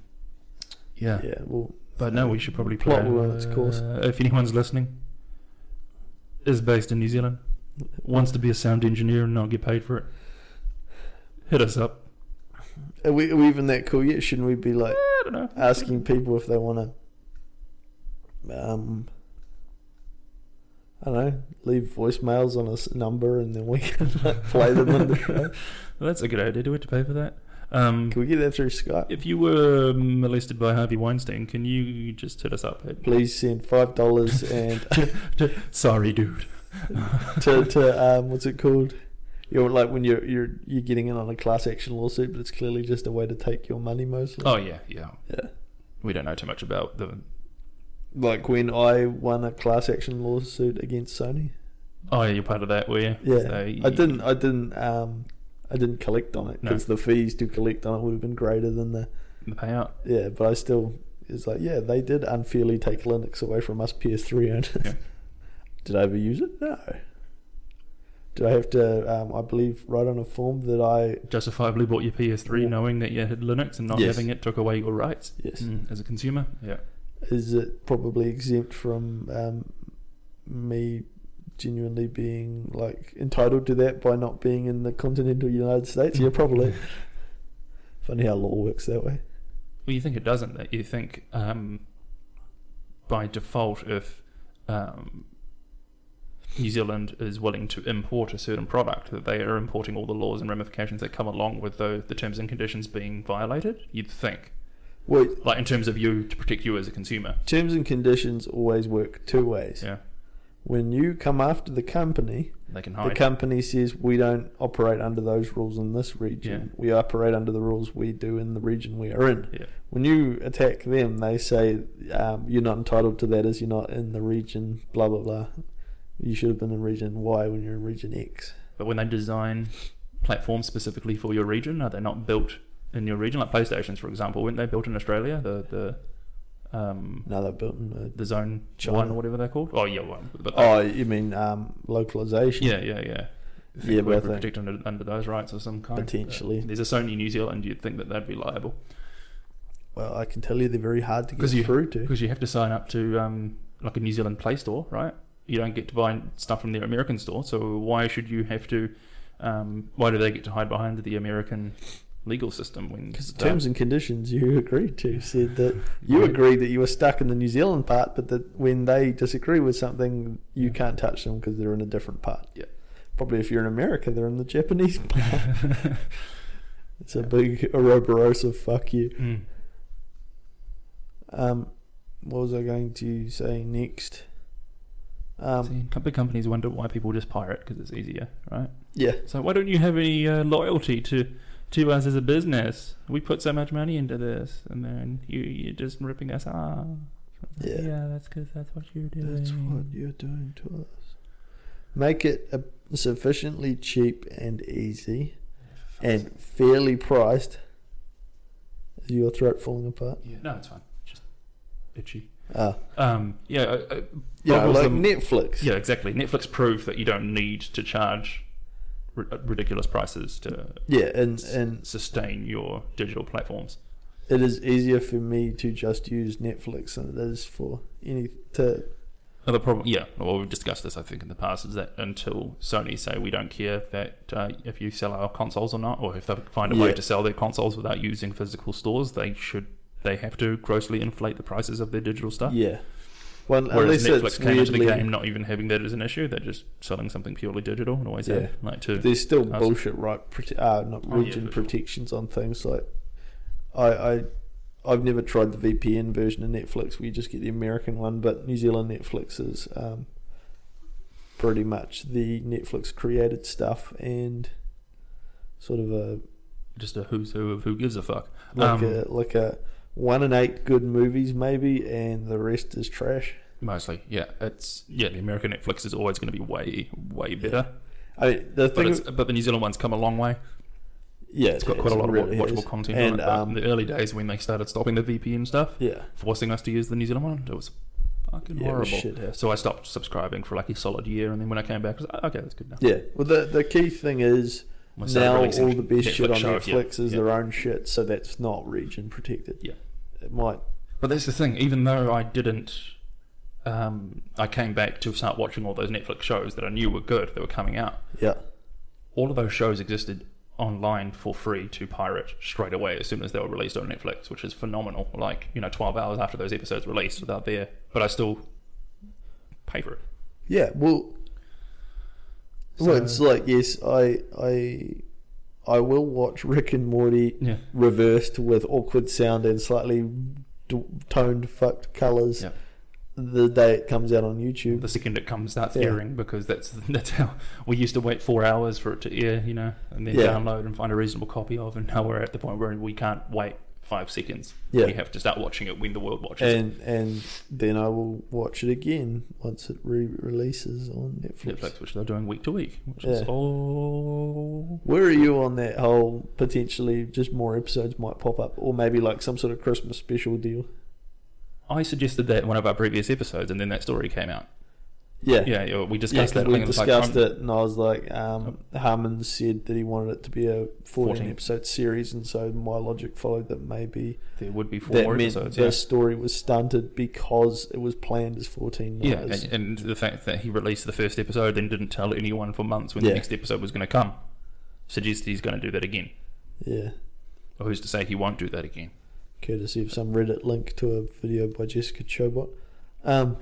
Speaker 2: yeah.
Speaker 1: Um, yeah, well,
Speaker 2: but no, we should probably play.
Speaker 1: Plot will run its course.
Speaker 2: Uh, if anyone's listening, is based in New Zealand, wants to be a sound engineer and not get paid for it, hit us up.
Speaker 1: are we, are we even that cool yet? Shouldn't we be like
Speaker 2: I don't know.
Speaker 1: asking people if they want to, um, I don't know, leave voicemails on a s- number and then we can like, play them on the show?
Speaker 2: Well, that's a good idea. Do we have to pay for that? Um,
Speaker 1: Can we get that through Skype?
Speaker 2: if you were molested by Harvey Weinstein, can you just hit us up? At,
Speaker 1: Please send five dollars and
Speaker 2: Sorry, dude.
Speaker 1: to, to um, what's it called? You're like when you're you're you're getting in on a class action lawsuit, but it's clearly just a way to take your money mostly.
Speaker 2: Oh yeah, yeah.
Speaker 1: Yeah.
Speaker 2: We don't know too much about the.
Speaker 1: Like when I won a class action lawsuit against Sony.
Speaker 2: Oh, yeah, you're part of that, were you?
Speaker 1: Yeah,
Speaker 2: So
Speaker 1: I didn't. I didn't. Um, I didn't collect on it
Speaker 2: No.
Speaker 1: because the fees to collect on it would have been greater than the
Speaker 2: The payout.
Speaker 1: yeah. But I still it's like yeah, they did unfairly take Linux away from us PS3 owners.
Speaker 2: Yeah.
Speaker 1: did I ever use it? No. Did I have to? Um, I believe write on a form that I
Speaker 2: Justifiably bought your PS3
Speaker 1: Yeah.
Speaker 2: knowing that you had Linux and not
Speaker 1: Yes.
Speaker 2: having it took away your rights
Speaker 1: yes.
Speaker 2: mm, as a consumer. Yeah.
Speaker 1: is it probably exempt from um, me genuinely being like entitled to that by not being in the continental United States? Yeah, probably. Funny how law works that way.
Speaker 2: Well, you think it doesn't. That you think um, by default, if um, New Zealand is willing to import a certain product, that they are importing all the laws and ramifications that come along with the, the terms and conditions being violated. You'd think,
Speaker 1: Well,
Speaker 2: like in terms of you to protect you as a consumer.
Speaker 1: terms and conditions always work two ways.
Speaker 2: Yeah,
Speaker 1: When you come after the company,
Speaker 2: they can
Speaker 1: the
Speaker 2: hide.
Speaker 1: company says we don't operate under those rules in this region. We operate under the rules we do in the region we are in.
Speaker 2: yeah,
Speaker 1: When you attack them, they say um, you're not entitled to that as you're not in the region, blah, blah, blah. You should have been in region Y when you're in region X.
Speaker 2: but when they design platforms specifically for your region, are they not built in your region? Like PlayStations, for example, weren't they built in Australia? The the um,
Speaker 1: No, they're built in.
Speaker 2: the zone
Speaker 1: China.
Speaker 2: one or whatever they're called. Oh yeah, one. But
Speaker 1: A, oh, you mean um, localization?
Speaker 2: Yeah, yeah, yeah. If
Speaker 1: Yeah, but
Speaker 2: it were
Speaker 1: I think-
Speaker 2: protected under, under those rights of some kind.
Speaker 1: Potentially.
Speaker 2: There's a Sony New Zealand, you'd think that they'd be liable.
Speaker 1: Well, I can tell you they're very hard to get
Speaker 2: 'Cause you-
Speaker 1: through to.
Speaker 2: Because you have to sign up to um, like a New Zealand Play Store, right? You don't get to buy stuff from their American store, so why should you have to? Um, why do they get to hide behind the American legal system when
Speaker 1: Because the
Speaker 2: they're-
Speaker 1: terms and conditions you agreed to said that you agreed that you were stuck in the New Zealand part, but that when they disagree with something, you can't touch them because they're in a different part.
Speaker 2: Yeah.
Speaker 1: Probably if you're in America, they're in the Japanese part. it's a big Ouroboros of fuck you.
Speaker 2: Mm.
Speaker 1: Um, what was I going to say next? Um,
Speaker 2: See, com- big companies wonder why people just pirate because it's easier, right?
Speaker 1: yeah,
Speaker 2: So why don't you have any uh, loyalty to to us as a business? We put so much money into this, and then you you're just ripping us off.
Speaker 1: Yeah.
Speaker 2: that's because that's what you're doing.
Speaker 1: that's what you're doing to us. Make it uh, sufficiently cheap and easy, and fairly priced. Is your throat falling apart?
Speaker 2: yeah. no, it's fine. Just itchy.
Speaker 1: Ah,
Speaker 2: Um, yeah, uh, uh,
Speaker 1: yeah,
Speaker 2: Bubbles
Speaker 1: like
Speaker 2: them-
Speaker 1: Netflix.
Speaker 2: yeah, exactly. Netflix proved that you don't need to charge ri- uh, ridiculous prices to
Speaker 1: yeah, and and
Speaker 2: sustain your digital platforms.
Speaker 1: it is easier for me to just use Netflix than it is for any to
Speaker 2: Uh, The problem, yeah, well, we've discussed this, I think, in the past, is that until Sony say we don't care that uh, if you sell our consoles or not, or if they find a way
Speaker 1: Yeah.
Speaker 2: to sell their consoles without using physical stores, they should, they have to grossly inflate the prices of their digital stuff.
Speaker 1: yeah. Well, unless
Speaker 2: Whereas
Speaker 1: it's
Speaker 2: Netflix came into the
Speaker 1: weirdly,
Speaker 2: game not even having that as an issue, they're just selling something purely digital and always have,
Speaker 1: Yeah.
Speaker 2: like to
Speaker 1: there's still
Speaker 2: Us.
Speaker 1: bullshit right prote- uh, not
Speaker 2: Oh, yeah,
Speaker 1: region
Speaker 2: for sure.
Speaker 1: protections on things like I I I've never tried the VPN version of Netflix where you just get the American one, but New Zealand Netflix is um, pretty much the Netflix created stuff and sort of a
Speaker 2: just a who's who of who gives a fuck.
Speaker 1: like uh,
Speaker 2: Um,
Speaker 1: a like a one in eight good movies maybe, and the rest is trash.
Speaker 2: Mostly, yeah. It's yeah. The American Netflix is always going to be way, way better,
Speaker 1: I mean, the
Speaker 2: but
Speaker 1: thing,
Speaker 2: it's, but the New Zealand one's come a long way.
Speaker 1: yeah,
Speaker 2: It's got
Speaker 1: it
Speaker 2: quite a lot of
Speaker 1: really
Speaker 2: wa-
Speaker 1: is.
Speaker 2: watchable content on
Speaker 1: and
Speaker 2: it. But
Speaker 1: um,
Speaker 2: in the early days when they started stopping the VPN stuff,
Speaker 1: yeah,
Speaker 2: forcing us to use the New Zealand one, it was fucking
Speaker 1: yeah, it was
Speaker 2: horrible.
Speaker 1: shit house.
Speaker 2: So I stopped subscribing for like a solid year, and then when I came back, I was like, okay, that's good now.
Speaker 1: Yeah, well, the the key thing is
Speaker 2: I started
Speaker 1: now all
Speaker 2: releasing
Speaker 1: the best shit on
Speaker 2: shows, yeah,
Speaker 1: Netflix is
Speaker 2: yeah.
Speaker 1: their own shit, so that's not region protected.
Speaker 2: Yeah.
Speaker 1: it might.
Speaker 2: But that's the thing. Even though I didn't, um, I came back to start watching all those Netflix shows that I knew were good that were coming out.
Speaker 1: Yeah,
Speaker 2: all of those shows existed online for free to pirate straight away as soon as they were released on Netflix, which is phenomenal. Like, you know, 12 hours after those episodes released without there, but I still pay for it.
Speaker 1: yeah. Well, well, it's
Speaker 2: So-
Speaker 1: like yes, I I I will watch Rick and Morty
Speaker 2: Yeah.
Speaker 1: reversed with awkward sound and slightly d- toned fucked colors.
Speaker 2: Yeah.
Speaker 1: The day it comes out on YouTube.
Speaker 2: The second it comes starts
Speaker 1: Yeah.
Speaker 2: airing because that's that's how we used to wait four hours for it to air, you know, and then
Speaker 1: Yeah.
Speaker 2: download and find a reasonable copy of. And now we're at the point where we can't wait five seconds.
Speaker 1: Yeah.
Speaker 2: We have to start watching it when the world watches
Speaker 1: and and then I will watch it again once it re-releases on
Speaker 2: it.
Speaker 1: Netflix.
Speaker 2: Netflix, which they're doing week to week, which is
Speaker 1: Yeah.
Speaker 2: all
Speaker 1: Where are you on that whole potentially just more episodes might pop up, or maybe like some sort of Christmas special deal?
Speaker 2: I suggested that in one of our previous episodes, and then that story came out.
Speaker 1: Yeah,
Speaker 2: Yeah, yeah we
Speaker 1: yeah.
Speaker 2: discussed
Speaker 1: 'cause
Speaker 2: that.
Speaker 1: we
Speaker 2: thing, it's like,
Speaker 1: discussed
Speaker 2: um,
Speaker 1: it, and I was like, um, Harmon said that he wanted it to be a 14,
Speaker 2: 14.
Speaker 1: episode series, and so my logic followed that maybe
Speaker 2: There would be four
Speaker 1: that
Speaker 2: more
Speaker 1: meant
Speaker 2: episodes.
Speaker 1: the
Speaker 2: Yeah,
Speaker 1: story was stunted because it was planned as 14.
Speaker 2: yeah
Speaker 1: not as-
Speaker 2: and, and the fact that he released the first episode and didn't tell anyone for months when
Speaker 1: Yeah.
Speaker 2: the next episode was going to come suggests he's going to do that again.
Speaker 1: yeah.
Speaker 2: Or who's to say he won't do that again?
Speaker 1: courtesy of some Reddit link to a video by Jessica Chobot. Um,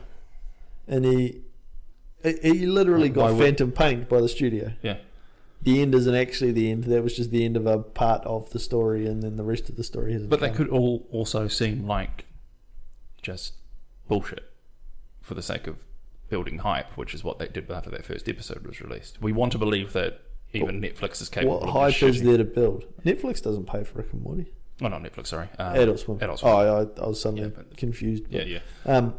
Speaker 1: and he he- he literally
Speaker 2: Why
Speaker 1: got
Speaker 2: would-
Speaker 1: phantom paint by the studio.
Speaker 2: Yeah.
Speaker 1: The end isn't actually the end. That was just the end of a part of the story, and then the rest of the story hasn't.
Speaker 2: But that
Speaker 1: come.
Speaker 2: could all also seem like just bullshit for the sake of building hype, which is what they did after that first episode was released. We want to believe that even Netflix is capable
Speaker 1: What
Speaker 2: of
Speaker 1: hype is
Speaker 2: shitting-
Speaker 1: there to build? Netflix doesn't pay for Rick and Morty.
Speaker 2: Oh, not Netflix, sorry. Um,
Speaker 1: Adult Swim.
Speaker 2: Adult Swim.
Speaker 1: Oh, I, I was suddenly
Speaker 2: Yeah, but-
Speaker 1: confused.
Speaker 2: Yeah, yeah.
Speaker 1: Um,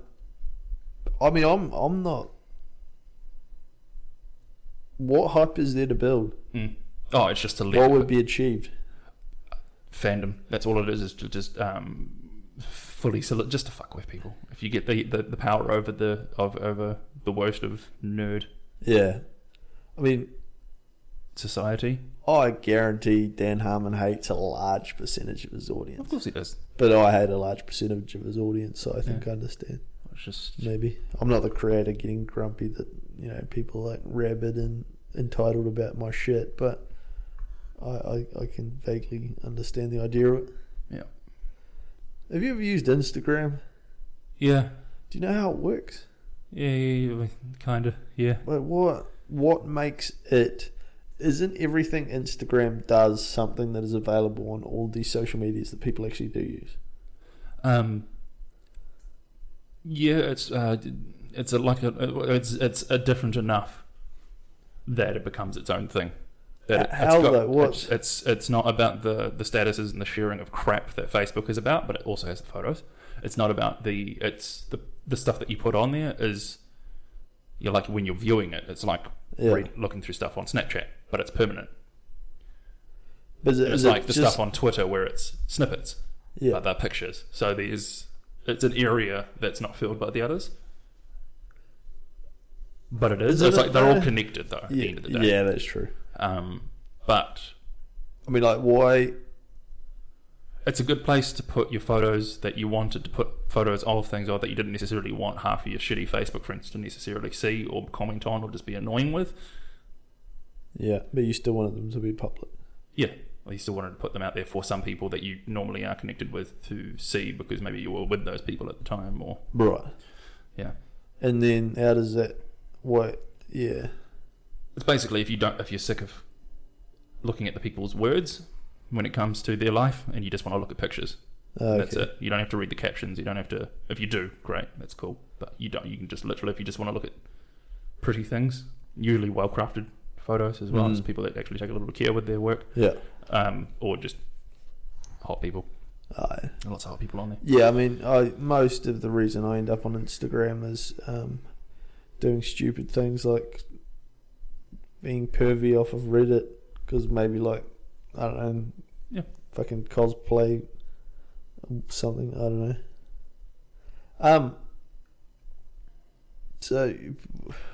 Speaker 1: I mean, I'm I'm not. What hype is there to build?
Speaker 2: Mm. Oh, it's just a
Speaker 1: What
Speaker 2: level
Speaker 1: would be achieved?
Speaker 2: fandom. That's all it is. Is to just um, fully soli- just to fuck with people. If you get the, the, the power over the of over the worst of nerd
Speaker 1: Yeah, I mean,
Speaker 2: society,
Speaker 1: I guarantee Dan Harmon hates a large percentage of his
Speaker 2: of
Speaker 1: audience.
Speaker 2: course it does.
Speaker 1: But I hate a large percentage of his audience, so I think
Speaker 2: Yeah.
Speaker 1: I understand.
Speaker 2: It's just
Speaker 1: Maybe. I'm not the creator getting grumpy that, you know, people like rabid and entitled about my shit, but I, I, I can vaguely understand the idea of it.
Speaker 2: Yeah.
Speaker 1: Have you ever used Instagram?
Speaker 2: yeah,
Speaker 1: Do you know how it works?
Speaker 2: yeah, yeah, yeah kind of yeah.
Speaker 1: Like what what makes it isn't everything Instagram does something that is available on all these social medias that people actually do use?
Speaker 2: Um, Yeah, it's uh, it's a, like a, it's it's a different enough that it becomes its own thing. That it-
Speaker 1: How though? What?
Speaker 2: It's, it's it's not about the the statuses and the sharing of crap that Facebook is about, but it also has the photos. It's not about the it's the the stuff that you put on there is you're like when you're viewing it, it's like
Speaker 1: Yeah.
Speaker 2: read, looking through stuff on Snapchat, but it's permanent.
Speaker 1: But is it,
Speaker 2: It's
Speaker 1: is
Speaker 2: like
Speaker 1: it
Speaker 2: the
Speaker 1: just,
Speaker 2: stuff on Twitter where it's snippets,
Speaker 1: Yeah.
Speaker 2: but they're pictures. So there's it's an area that's not filled by the others. But it is.
Speaker 1: Is
Speaker 2: it's
Speaker 1: it
Speaker 2: like they're all
Speaker 1: though?
Speaker 2: connected though. At the end of the
Speaker 1: yeah,
Speaker 2: day.
Speaker 1: yeah, that's true.
Speaker 2: Um, but
Speaker 1: I mean, like, why?
Speaker 2: it's a good place to put your photos that you wanted to put photos of things or that you didn't necessarily want half of your shitty Facebook friends to necessarily see or comment on or just be annoying with.
Speaker 1: Yeah, but you still wanted them to be public.
Speaker 2: Yeah. Well, you still wanted to put them out there for some people that you normally are connected with to see because maybe you were with those people at the time or
Speaker 1: Right.
Speaker 2: yeah.
Speaker 1: And then how does that what yeah.
Speaker 2: It's basically if you don't if you're sick of looking at the people's words when it comes to their life and you just want to look at pictures.
Speaker 1: Okay.
Speaker 2: That's it. You don't have to read the captions. You don't have to. If you do, great. That's cool. But you don't. You can just literally, if you just want to look at pretty things, usually well crafted photos as well as
Speaker 1: Mm.
Speaker 2: people that actually take a little bit of care with their work,
Speaker 1: Yeah.
Speaker 2: um, or just hot people.
Speaker 1: Aye.
Speaker 2: Lots of hot people on there.
Speaker 1: yeah, I mean I most of the reason I end up on Instagram is um, doing stupid things like being pervy off of Reddit because maybe like I don't know
Speaker 2: Yeah.
Speaker 1: fucking cosplay something, I don't know. Um so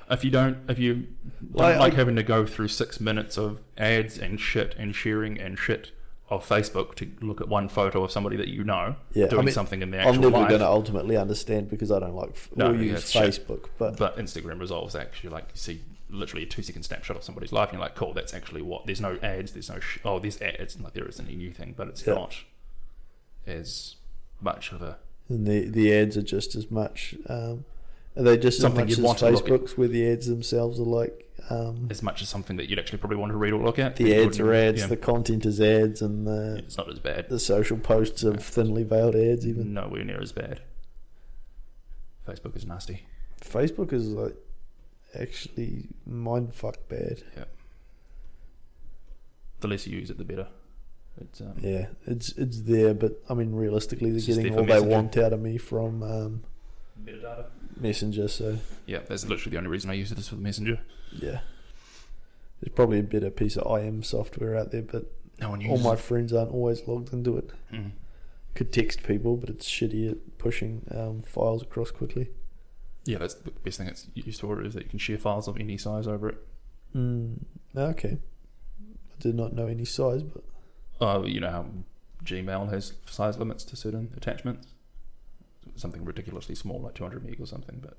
Speaker 2: If you don't, if you don't
Speaker 1: Like,
Speaker 2: like,
Speaker 1: I-
Speaker 2: having to go through six minutes of ads and shit and sharing and shit of Facebook to look at one photo of somebody that you know
Speaker 1: Yeah, I
Speaker 2: doing
Speaker 1: mean,
Speaker 2: something in their
Speaker 1: I'm
Speaker 2: actual
Speaker 1: never
Speaker 2: life.
Speaker 1: going to ultimately understand because I don't like f-
Speaker 2: No,
Speaker 1: or
Speaker 2: yeah,
Speaker 1: use
Speaker 2: it's shit.
Speaker 1: Facebook, but
Speaker 2: but Instagram resolves actually like you see literally a two second snapshot of somebody's life and you're like cool that's actually what there's no ads there's no sh- oh there's ads and like there isn't any new thing but it's
Speaker 1: Yeah.
Speaker 2: not as much of a
Speaker 1: And the the ads are just as much. Um, are they just
Speaker 2: Something
Speaker 1: as
Speaker 2: you'd
Speaker 1: much
Speaker 2: want
Speaker 1: as
Speaker 2: to look at.
Speaker 1: Facebook's, where the ads themselves are like um,
Speaker 2: as much as something that you'd actually probably want to read or look at
Speaker 1: the
Speaker 2: You
Speaker 1: ads are
Speaker 2: wouldn't-
Speaker 1: ads,
Speaker 2: yeah.
Speaker 1: the content is ads, and the
Speaker 2: it's not as bad
Speaker 1: the social posts of thinly veiled ads. Even
Speaker 2: nowhere near as bad Facebook is nasty
Speaker 1: Facebook is like actually mind fuck bad.
Speaker 2: the less you use it the better it's um,
Speaker 1: Yeah, it's it's there, but I mean realistically, they're
Speaker 2: It's just
Speaker 1: getting
Speaker 2: there
Speaker 1: all
Speaker 2: for
Speaker 1: they
Speaker 2: Messenger.
Speaker 1: want out of me from um,
Speaker 2: metadata
Speaker 1: Messenger. So
Speaker 2: yeah that's literally the only reason I use it is for the messenger
Speaker 1: yeah, there's probably a better piece of IM software out there, but
Speaker 2: no one
Speaker 1: all
Speaker 2: uses
Speaker 1: Oh my friends aren't always logged into it.
Speaker 2: it. Mm.
Speaker 1: could text people, but it's shitty at pushing um, files across quickly.
Speaker 2: yeah that's the best thing it's used for is that you can share files of any size over it Hmm.
Speaker 1: Mm. Okay. I did not know any size, but
Speaker 2: Oh, you know how Gmail has size limits to certain attachments. Something ridiculously small, like 200 meg or something. But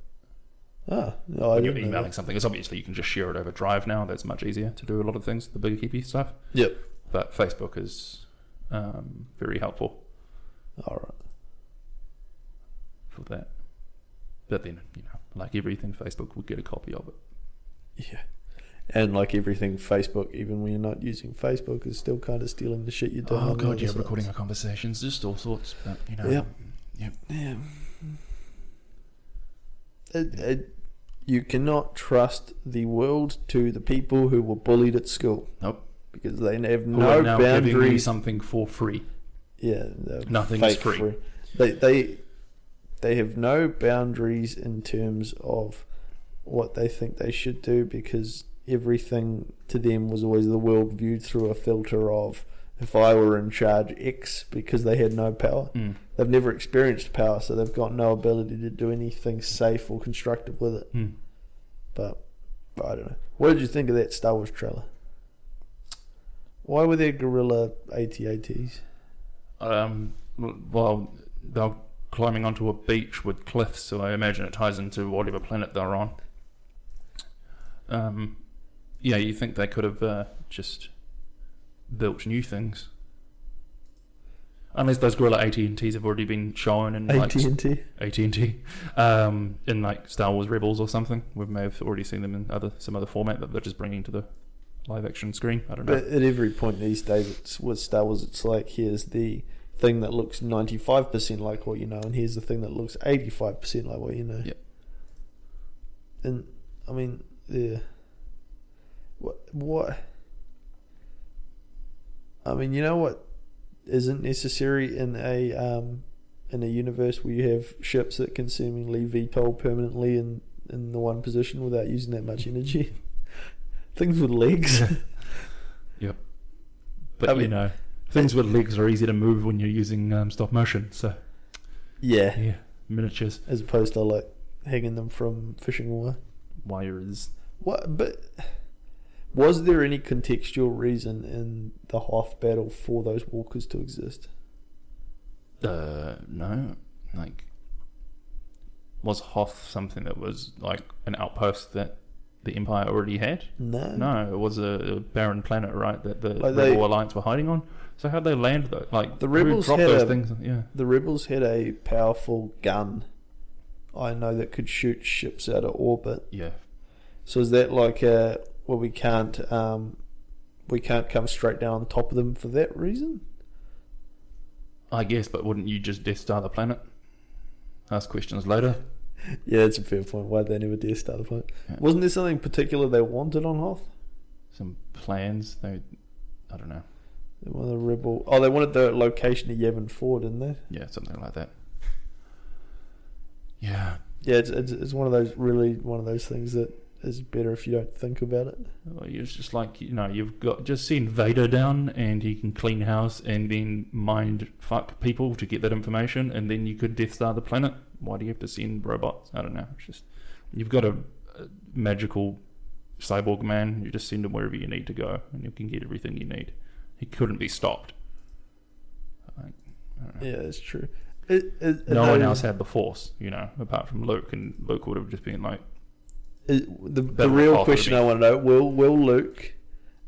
Speaker 1: ah, no, I
Speaker 2: when you're
Speaker 1: didn't know
Speaker 2: emailing
Speaker 1: that.
Speaker 2: something, it's obviously you can just share it over Drive now. That's much easier to do a lot of things, the bigger keepy stuff.
Speaker 1: Yep.
Speaker 2: But Facebook is um, very helpful
Speaker 1: All right.
Speaker 2: for that. But then, you know, like everything, Facebook would get a copy of it.
Speaker 1: Yeah. And like everything, Facebook, even when you're not using Facebook, is still kind of stealing the shit you're doing. on
Speaker 2: Oh
Speaker 1: the
Speaker 2: god,
Speaker 1: other
Speaker 2: yeah,
Speaker 1: sites.
Speaker 2: recording our conversations, just all sorts. But you know,
Speaker 1: Yep.
Speaker 2: yep.
Speaker 1: Yeah. It, it, you cannot trust the world to the people who were bullied at school.
Speaker 2: Nope.
Speaker 1: Because they have
Speaker 2: Who are
Speaker 1: no
Speaker 2: now giving me
Speaker 1: boundaries.
Speaker 2: something for free.
Speaker 1: Yeah, they're
Speaker 2: Nothing's
Speaker 1: fake
Speaker 2: free.
Speaker 1: They they they have no boundaries in terms of what they think they should do because everything to them was always the world viewed through a filter of if I were in charge X because they had no power.
Speaker 2: Mm.
Speaker 1: They've never experienced power, so they've got no ability to do anything safe or constructive with it.
Speaker 2: Mm.
Speaker 1: But, but I don't know. What did you think of that Star Wars trailer? Why were there gorilla AT-ATs?
Speaker 2: Um, well, they're climbing onto a beach with cliffs, so I imagine it ties into whatever planet they're on. Um, yeah, you think they could have uh, just built new things, unless those gorilla AT and Ts have already been shown in like
Speaker 1: AT&T?
Speaker 2: AT and T, um, in like Star Wars Rebels or something. We may have already seen them in other some other format that they're just bringing to the live action screen. I don't know.
Speaker 1: But at every point these days, it's with Star Wars, it's like here's the thing that looks 95% like what you know, and here's the thing that looks 85% like what you know.
Speaker 2: Yep.
Speaker 1: And, I mean, yeah. What, what? I mean, you know what isn't necessary in a um, in a universe where you have ships that can seemingly VTOL permanently in, in the one position without using that much energy? Things with legs.
Speaker 2: But
Speaker 1: I
Speaker 2: you
Speaker 1: mean-
Speaker 2: know, things with legs are easy to move when you're using um, stop motion. So
Speaker 1: yeah.
Speaker 2: yeah, miniatures
Speaker 1: as opposed to like hanging them from fishing wire.
Speaker 2: wires.
Speaker 1: What? But was there any contextual reason in the half battle for those walkers to exist?
Speaker 2: Uh, no, like was Hoth something that was like an outpost that the Empire already had?
Speaker 1: No.
Speaker 2: No, it was a a barren planet, right? That the
Speaker 1: Like they-
Speaker 2: Rebel Alliance were hiding on. So how'd they land though? Like
Speaker 1: The
Speaker 2: who
Speaker 1: Rebels
Speaker 2: dropped
Speaker 1: had
Speaker 2: those
Speaker 1: a-
Speaker 2: things. Yeah,
Speaker 1: The rebels had a powerful gun. I know that could shoot ships out of orbit.
Speaker 2: yeah.
Speaker 1: So is that like a well we can't um we can't come straight down on top of them for that reason?
Speaker 2: I guess, but wouldn't you just Death Star the planet? Ask questions later.
Speaker 1: Yeah, that's a fair point. Why they never dare start a point?
Speaker 2: Yeah.
Speaker 1: Wasn't there something particular they wanted on Hoth?
Speaker 2: Some plans. They, I don't know.
Speaker 1: They wanted a rebel. Oh, they wanted the location of Yavin Four, didn't they?
Speaker 2: Yeah, something like that. Yeah.
Speaker 1: Yeah, it's, it's it's one of those really one of those things that is better if you don't think about it.
Speaker 2: Well, It's just like you know, you've got just send Vader down, and he can clean house, and then mind fuck people to get that information, and then you could Death Star the planet. Why do you have to send robots? I don't know. It's just you've got a, a magical cyborg man. You just send him wherever you need to go, and you can get everything you need. He couldn't be stopped. Like, I don't know.
Speaker 1: Yeah, it's true. It, it,
Speaker 2: No
Speaker 1: it-
Speaker 2: one else had the Force, you know, apart from Luke, and Luke would have just been like,
Speaker 1: it- the the
Speaker 2: Better
Speaker 1: real
Speaker 2: off
Speaker 1: question I
Speaker 2: would
Speaker 1: want to know: Will Will Luke,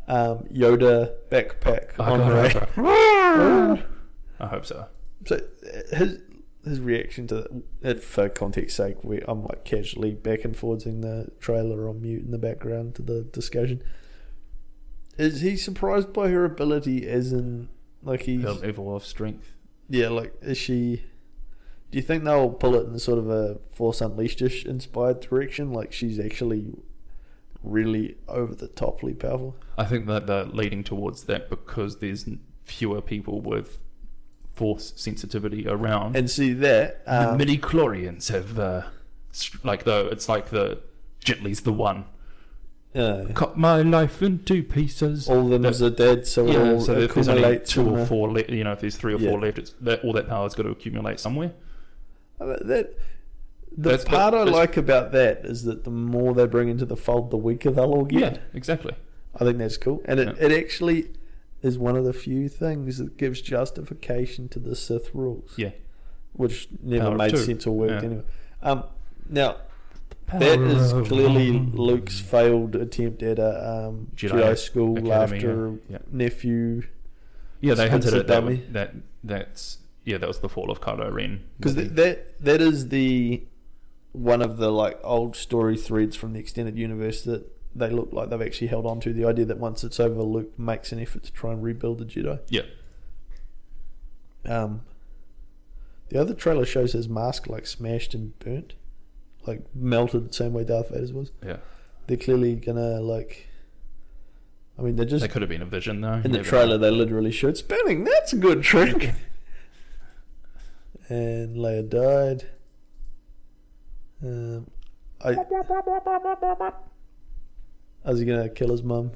Speaker 1: um, Yoda backpack
Speaker 2: "I
Speaker 1: on
Speaker 2: got
Speaker 1: Ray?
Speaker 2: Oprah." I hope so.
Speaker 1: So uh, his his reaction to that, it, for context sake, we I'm like casually back and forwardsing the trailer on mute in the background to the discussion. Is he surprised by her ability? As in, like he's
Speaker 2: He'll level of strength.
Speaker 1: Yeah, like is she? Do you think they'll pull it in sort of a Force Unleashed-ish inspired direction? Like she's actually really over the toply powerful.
Speaker 2: I think that they're leading towards that because there's n- fewer people with force sensitivity around.
Speaker 1: And see that
Speaker 2: the
Speaker 1: um,
Speaker 2: midi chlorians have, uh, str- like, though it's like the Gitly's the one.
Speaker 1: yeah,
Speaker 2: Cut my life into pieces.
Speaker 1: all of them
Speaker 2: that-
Speaker 1: are dead, so it
Speaker 2: yeah,
Speaker 1: all
Speaker 2: so if there's only
Speaker 1: accumulates.
Speaker 2: two
Speaker 1: in
Speaker 2: or
Speaker 1: the-
Speaker 2: four left, you know, if there's three or
Speaker 1: Yeah.
Speaker 2: four left, it's that all that power's got to accumulate somewhere.
Speaker 1: I mean, that the
Speaker 2: That's-
Speaker 1: part I
Speaker 2: that's-
Speaker 1: like about that is that the more they bring into the fold, the weaker they'll all get.
Speaker 2: Yeah, exactly.
Speaker 1: I think that's cool, and it,
Speaker 2: Yeah.
Speaker 1: it actually is one of the few things that gives justification to the Sith rules.
Speaker 2: Yeah.
Speaker 1: which never
Speaker 2: Power of
Speaker 1: made
Speaker 2: two.
Speaker 1: sense or worked
Speaker 2: Yeah.
Speaker 1: anyway. Um, now that is clearly Luke's failed attempt at a um,
Speaker 2: Jedi
Speaker 1: Jedi, school
Speaker 2: Academy,
Speaker 1: after
Speaker 2: yeah, yeah.
Speaker 1: nephew
Speaker 2: Yeah, they hinted
Speaker 1: Spencer
Speaker 2: at that,
Speaker 1: Dummy.
Speaker 2: that. That's yeah, that was the fall of Kylo Ren.
Speaker 1: because
Speaker 2: What
Speaker 1: th- that that is the one of the like old story threads from the extended universe that they look like they've actually held on to the idea that once it's over, Luke makes an effort to try and rebuild the Jedi.
Speaker 2: Yeah.
Speaker 1: Um, the other trailer shows his mask like smashed and burnt, like melted the same way Darth Vader's was.
Speaker 2: Yeah.
Speaker 1: They're clearly gonna like. I mean, they're just
Speaker 2: That could have been a vision, though.
Speaker 1: in
Speaker 2: You
Speaker 1: the
Speaker 2: never
Speaker 1: trailer.
Speaker 2: know.
Speaker 1: They literally showed spinning. That's a good trick. and Leia died. Um, I. Is he gonna kill his mum?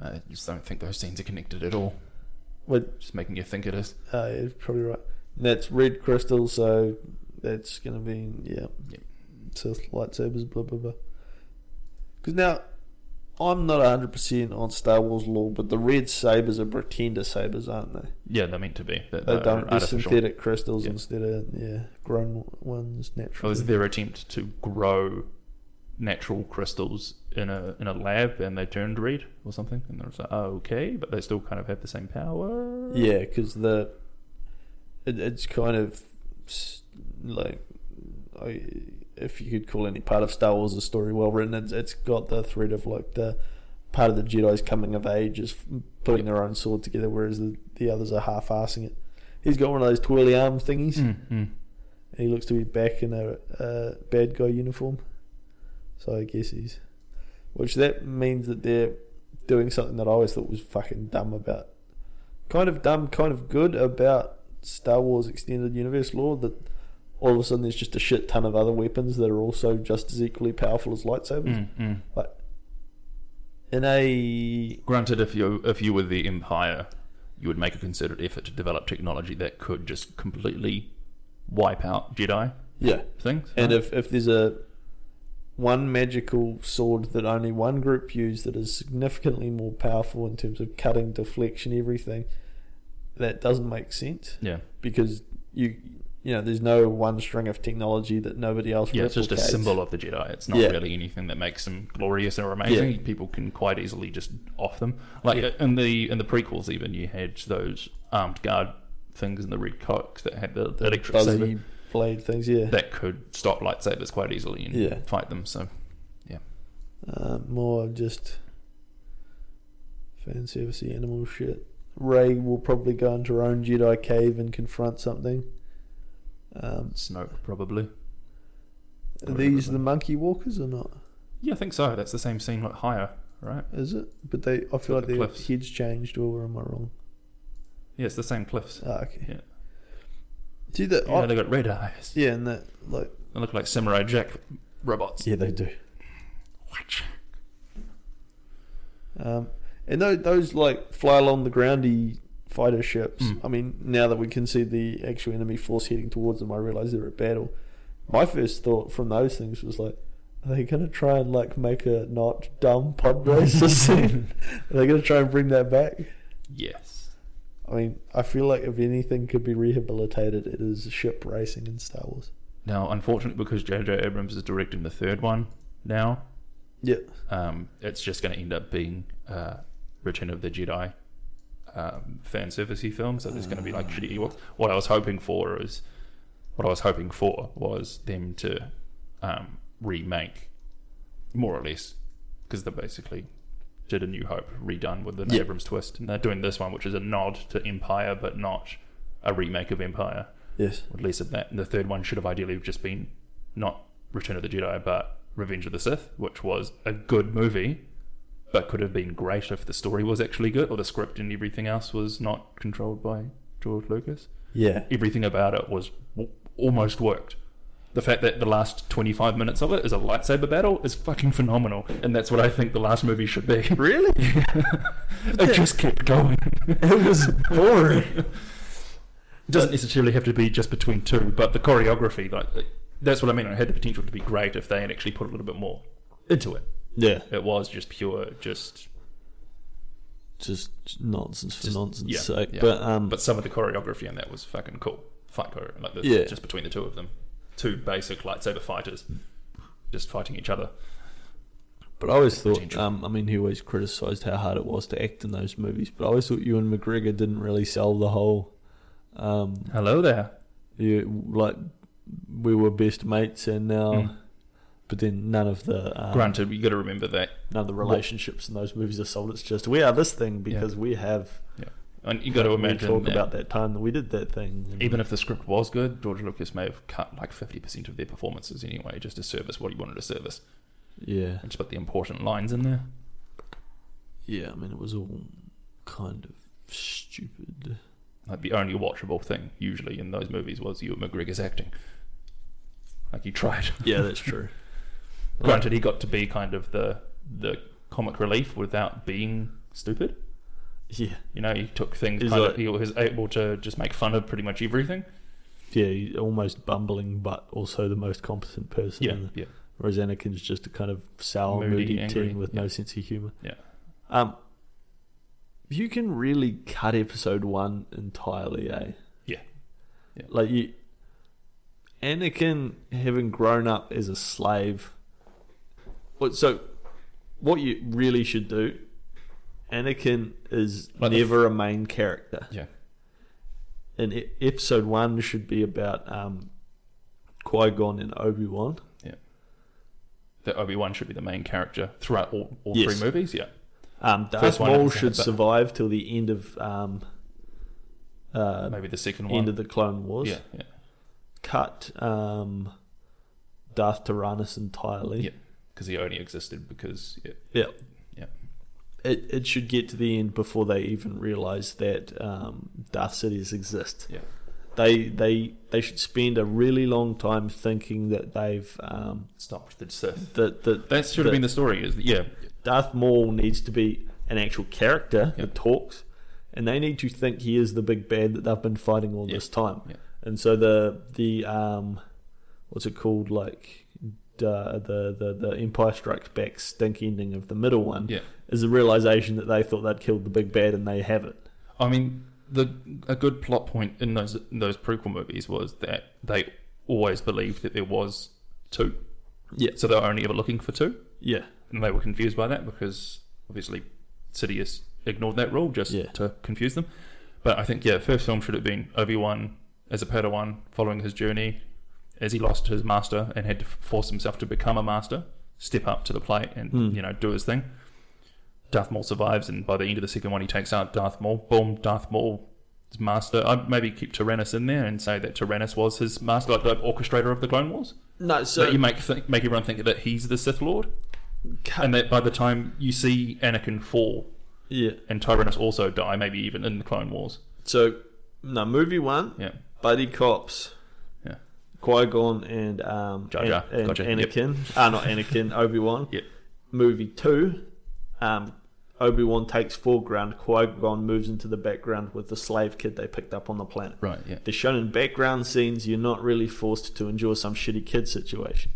Speaker 2: I just don't think those scenes are connected at all.
Speaker 1: Wait,
Speaker 2: Just making you think it is.
Speaker 1: uh, you're probably right. And that's red crystal, so that's gonna be yeah.
Speaker 2: Yep.
Speaker 1: Sith lightsabers, blah blah blah. Because now, I'm not hundred percent on Star Wars lore, but the red sabers are pretender sabers, aren't they?
Speaker 2: Yeah, they're meant to be. They're,
Speaker 1: They
Speaker 2: they're
Speaker 1: don't. They're
Speaker 2: artificial.
Speaker 1: synthetic crystals
Speaker 2: Yeah.
Speaker 1: instead of yeah grown ones
Speaker 2: It
Speaker 1: naturally.
Speaker 2: was their attempt to grow natural crystals in a in a lab, and they turned red or something. And they're like, oh, okay, but they still kind of have the same power.
Speaker 1: Yeah, because the it, it's kind of s- like I, if you could call any part of Star Wars a story well written, it's, it's got the thread of like the part of the Jedi's coming of age is putting their own sword together, whereas the, the others are half-assing it.
Speaker 3: He's got one of those twirly arm thingies,
Speaker 2: Mm, mm.
Speaker 3: and he looks to be back in a uh, bad guy uniform. So I guess he's, which that means that they're doing something that I always thought was fucking dumb about, kind of dumb, kind of good about Star Wars Extended Universe lore. That all of a sudden there's just a shit ton of other weapons that are also just as equally powerful as lightsabers.
Speaker 2: Mm, mm.
Speaker 3: In a
Speaker 2: Granted, if you if you were the Empire, you would make a concerted effort to develop technology that could just completely wipe out Jedi
Speaker 3: yeah,
Speaker 2: things.
Speaker 3: And
Speaker 2: right?
Speaker 3: if, if there's a one magical sword that only one group use that is significantly more powerful in terms of cutting, deflection, everything, that doesn't make sense
Speaker 2: yeah,
Speaker 3: because you you know there's no one string of technology that nobody else.
Speaker 2: yeah, it's just a
Speaker 3: replicates.
Speaker 2: symbol of the Jedi. It's not
Speaker 3: Yeah.
Speaker 2: really anything that makes them glorious or amazing.
Speaker 3: Yeah.
Speaker 2: People can quite easily just off them. Like uh in the in the prequels, even you had those armed guard things in the red cloaks that had the,
Speaker 3: The
Speaker 2: electric
Speaker 3: buzzy
Speaker 2: saber
Speaker 3: blade things. Yeah,
Speaker 2: that could stop lightsabers quite easily and
Speaker 3: Yeah.
Speaker 2: fight them. So
Speaker 3: uh, more just fan servicey animal shit. Ray will probably go into her own Jedi cave and confront something. Um,
Speaker 2: Snoke probably.
Speaker 3: Are
Speaker 2: Or
Speaker 3: these
Speaker 2: whatever.
Speaker 3: the monkey walkers or not?
Speaker 2: Yeah, I think so. That's the same scene, like higher, right?
Speaker 3: Is it? But they, I
Speaker 2: the
Speaker 3: feel like their
Speaker 2: cliffs.
Speaker 3: heads changed, or am I wrong?
Speaker 2: Yeah, it's the same cliffs.
Speaker 3: Ah, okay.
Speaker 2: Yeah.
Speaker 3: See that?
Speaker 2: Yeah,
Speaker 3: I-
Speaker 2: they got red eyes.
Speaker 3: Yeah, and that like.
Speaker 2: They look like Samurai Jack robots.
Speaker 3: Yeah, they do. Um, and those, those like fly along the groundy fighter ships.
Speaker 2: Mm.
Speaker 3: I mean, now that we can see the actual enemy force heading towards them, I realize they're at battle. My first thought from those things was like, are they going to try and like make a not dumb pod race scene? Are they going to try and bring that back?
Speaker 2: Yes.
Speaker 3: I mean, I feel like if anything could be rehabilitated, it is ship racing in Star Wars.
Speaker 2: Now, unfortunately, because J.J. Abrams is directing the third one now,
Speaker 3: Yeah.
Speaker 2: um, it's just going to end up being uh, Return of the Jedi um, fan servicey film. So there's going to be like shitty Ewoks. What I was hoping for is, what I was hoping for was them to um, remake, more or less, because they basically did a New Hope redone with an
Speaker 3: Yeah.
Speaker 2: Abrams twist, and they're doing this one, which is a nod to Empire, but not a remake of Empire.
Speaker 3: Yes.
Speaker 2: At least of that. And the third one should have ideally just been not Return of the Jedi, but Revenge of the Sith, which was a good movie, but could have been great if the story was actually good or the script and everything else was not controlled by George Lucas.
Speaker 3: Yeah.
Speaker 2: Everything about it was w- almost worked. The fact that the last 25 minutes of it is a lightsaber battle is fucking phenomenal, and that's what I think the last movie should be.
Speaker 3: Really?
Speaker 2: it just kept going.
Speaker 3: It was boring.
Speaker 2: It doesn't necessarily have to be just between two, but the choreography, like that's what I mean. It had the potential to be great if they had actually put a little bit more into it.
Speaker 1: Yeah.
Speaker 2: It was just pure, just
Speaker 1: Just nonsense for
Speaker 2: Just-
Speaker 1: nonsense
Speaker 2: yeah,
Speaker 1: sake.
Speaker 2: yeah.
Speaker 1: But um
Speaker 2: but some of the choreography in that was fucking cool. Fight choreo, like the,
Speaker 1: Yeah.
Speaker 2: just between the two of them, two basic lightsaber fighters, just fighting each other.
Speaker 1: But I always thought,
Speaker 2: Potential.
Speaker 1: um, I mean, he always criticised how hard it was to act in those movies. But I always thought you and McGregor didn't really sell the whole, um,
Speaker 2: Hello there.
Speaker 1: you, like we were best mates and now,
Speaker 2: Mm.
Speaker 1: but then none of the um,
Speaker 2: Granted, you got to remember that,
Speaker 1: none of the relationships in those movies are sold. It's just we are this thing because we have
Speaker 2: and you got to
Speaker 1: we
Speaker 2: imagine
Speaker 1: talk
Speaker 2: that
Speaker 1: about that time that we did that thing. and-
Speaker 2: even if the script was good, George Lucas may have cut like fifty percent of their performances anyway, just to service what he wanted to service,
Speaker 1: yeah,
Speaker 2: and just put the important lines in there.
Speaker 1: yeah, I mean, it was all kind of stupid.
Speaker 2: like the only watchable thing usually in those movies was Ewan McGregor's acting. Like he tried.
Speaker 1: Yeah, that's true.
Speaker 2: Granted, he got to be kind of the the comic relief without being stupid.
Speaker 1: yeah,
Speaker 2: You know, he took things.
Speaker 1: He's
Speaker 2: Kind of,
Speaker 1: like-
Speaker 2: he was able to just make fun of pretty much everything.
Speaker 1: yeah, he's almost bumbling, but also the most competent person.
Speaker 2: Yeah,
Speaker 1: in the-
Speaker 2: yeah.
Speaker 1: Whereas Anakin's just a kind of sour,
Speaker 2: Moody,
Speaker 1: moody,
Speaker 2: angry,
Speaker 1: teen with
Speaker 2: yeah.
Speaker 1: no sense of humor.
Speaker 2: Yeah.
Speaker 1: Um, you can really cut episode one entirely, eh?
Speaker 2: Yeah. Yeah.
Speaker 1: Like you, Anakin having grown up as a slave. What so? What you really should do, Anakin is
Speaker 2: Like the
Speaker 1: never a main character.
Speaker 2: Yeah.
Speaker 1: And e- episode one should be about um, Qui Gon and Obi Wan.
Speaker 2: That Obi Wan should be the main character throughout all, all
Speaker 1: Yes.
Speaker 2: three movies. Yeah,
Speaker 1: Um, Darth
Speaker 2: First one
Speaker 1: Maul
Speaker 2: episode,
Speaker 1: should
Speaker 2: but-
Speaker 1: survive till the end of um, uh,
Speaker 2: Maybe the second one.
Speaker 1: end of the Clone Wars.
Speaker 2: yeah, yeah.
Speaker 1: Cut um, Darth Tyrannus entirely.
Speaker 2: Yeah. Because he only existed because yeah,
Speaker 1: It, it should get to the end before they even realize that um, Darth cities exist.
Speaker 2: Yeah.
Speaker 1: They they they should spend a really long time thinking that they've um,
Speaker 2: stopped the Sith.
Speaker 1: that that
Speaker 2: That should have
Speaker 1: The-
Speaker 2: been the story. Is that, yeah,
Speaker 1: Darth Maul needs to be an actual character
Speaker 2: Yeah.
Speaker 1: that talks, and they need to think he is the big bad that they've been fighting all
Speaker 2: Yeah.
Speaker 1: this time.
Speaker 2: Yeah.
Speaker 1: And so the the um, what's it called? Like uh, the the the Empire Strikes Back stink ending of the middle one
Speaker 2: yeah.
Speaker 1: is a realization that they thought they'd killed the big bad and they haven't.
Speaker 2: I mean, the a good plot point in those in those prequel movies was that they always believed that there was two.
Speaker 1: Yeah.
Speaker 2: So they were only ever looking for two,
Speaker 1: Yeah,
Speaker 2: and they were confused by that because obviously Sidious ignored that rule just
Speaker 1: Yeah.
Speaker 2: to confuse them. But I think yeah, first film should have been Obi Wan as a Padawan following his journey as he lost his master and had to force himself to become a master, step up to the plate and
Speaker 1: Hmm.
Speaker 2: you know do his thing. Darth Maul survives, and by the end of the second one, he takes out Darth Maul. Boom, Darth Maul is master. I'd maybe keep Tyrannus in there and say that Tyrannus was his master, like the orchestrator of the Clone Wars.
Speaker 1: no.
Speaker 2: So
Speaker 1: So
Speaker 2: that you make think, make everyone think that he's the Sith Lord, and that by the time you see Anakin fall
Speaker 1: yeah,
Speaker 2: and Tyrannus also die, maybe even in the Clone Wars.
Speaker 1: so no movie one.
Speaker 2: Yeah,
Speaker 1: buddy cops.
Speaker 2: Yeah.
Speaker 1: Qui Gon and um
Speaker 2: Jar Jar.
Speaker 1: and, and
Speaker 2: Gotcha. Yep.
Speaker 1: Anakin. Ah, not Anakin. Obi Wan.
Speaker 2: Yep.
Speaker 1: Movie two. Um, Obi Wan takes foreground. Qui Gon moves into the background with the slave kid they picked up on the planet.
Speaker 2: right. Yeah,
Speaker 1: They're shown in background scenes. You're not really forced to endure some shitty kid situation.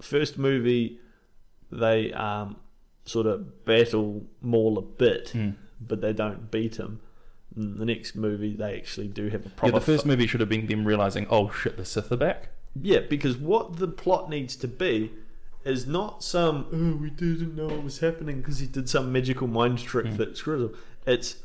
Speaker 1: First movie, they um, sort of battle Maul a bit,
Speaker 2: Mm.
Speaker 1: but they don't beat him. In the next movie, they actually do have a
Speaker 2: yeah.
Speaker 1: proper.
Speaker 2: The first
Speaker 1: fi-
Speaker 2: movie should have been them realizing, oh shit, the Sith are back.
Speaker 1: yeah, because what the plot needs to be is not some oh we didn't know it was happening because he did some magical mind trick
Speaker 2: Hmm.
Speaker 1: that screws him. It's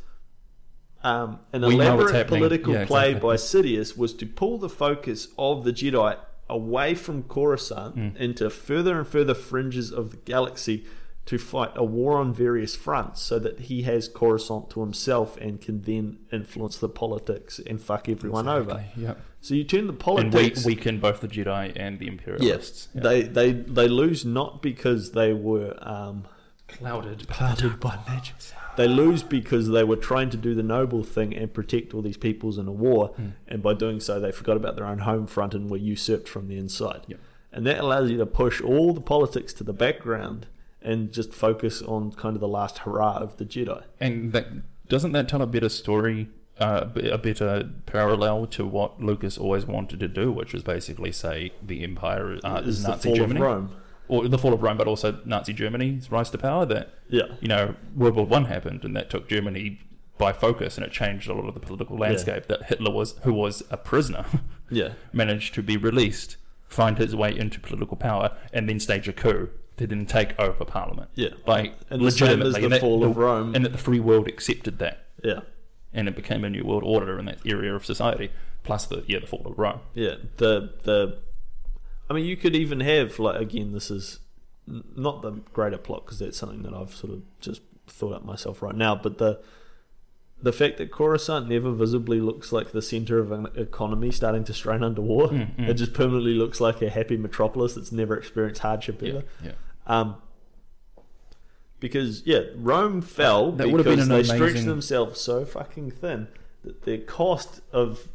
Speaker 1: um, an
Speaker 2: We know what's
Speaker 1: elaborate
Speaker 2: happening.
Speaker 1: political
Speaker 2: Yeah,
Speaker 1: play
Speaker 2: exactly.
Speaker 1: by Sidious was to pull the focus of the Jedi away from Coruscant
Speaker 2: Hmm.
Speaker 1: into further and further fringes of the galaxy to fight a war on various fronts so that he has Coruscant to himself and can then influence the politics and fuck everyone over.
Speaker 2: Yeah,
Speaker 1: So you turn the
Speaker 2: and we
Speaker 1: politics
Speaker 2: weaken both the Jedi and the Imperialists. Yeah.
Speaker 1: they they they lose not because they were um,
Speaker 2: clouded.
Speaker 1: clouded by magic. They lose because they were trying to do the noble thing and protect all these peoples in a war,
Speaker 2: Hmm.
Speaker 1: and by doing so, they forgot about their own home front and were usurped from the inside.
Speaker 2: Yep.
Speaker 1: And that allows you to push all the politics to the background and just focus on kind of the last hurrah of the Jedi.
Speaker 2: And that doesn't that tell a better story, uh, a better parallel to what Lucas always wanted to do, which was basically say the Empire uh,
Speaker 1: Is
Speaker 2: is
Speaker 1: the
Speaker 2: Nazi
Speaker 1: fall
Speaker 2: Germany,
Speaker 1: of Rome?
Speaker 2: or the fall of Rome, but also Nazi Germany's rise to power. That
Speaker 1: Yeah.
Speaker 2: you know World War One happened, and that took Germany by focus, and it changed a lot of the political landscape. That Hitler was, who was a prisoner,
Speaker 1: Yeah.
Speaker 2: managed to be released, find his way into political power, and then stage a coup to then take over Parliament.
Speaker 1: Yeah.
Speaker 2: Like
Speaker 1: And the same
Speaker 2: legitimately,
Speaker 1: as the
Speaker 2: and that-
Speaker 1: fall of Rome.
Speaker 2: and that the free world accepted that
Speaker 1: Yeah.
Speaker 2: and it became a new world order in that area of society. Plus the yeah, the fall of Rome.
Speaker 1: Yeah, the the, I mean, you could even have like again, this is n- not the greater plot because that's something that I've sort of just thought up myself right now. But the the fact that Coruscant never visibly looks like the center of an economy starting to strain under war,
Speaker 2: Mm, mm.
Speaker 1: it just permanently looks like a happy metropolis that's never experienced hardship
Speaker 2: Yeah,
Speaker 1: ever.
Speaker 2: yeah.
Speaker 1: Um, because yeah, Rome fell
Speaker 2: That
Speaker 1: because
Speaker 2: would have been
Speaker 1: they
Speaker 2: an
Speaker 1: stretched
Speaker 2: amazing-
Speaker 1: themselves so fucking thin that the cost of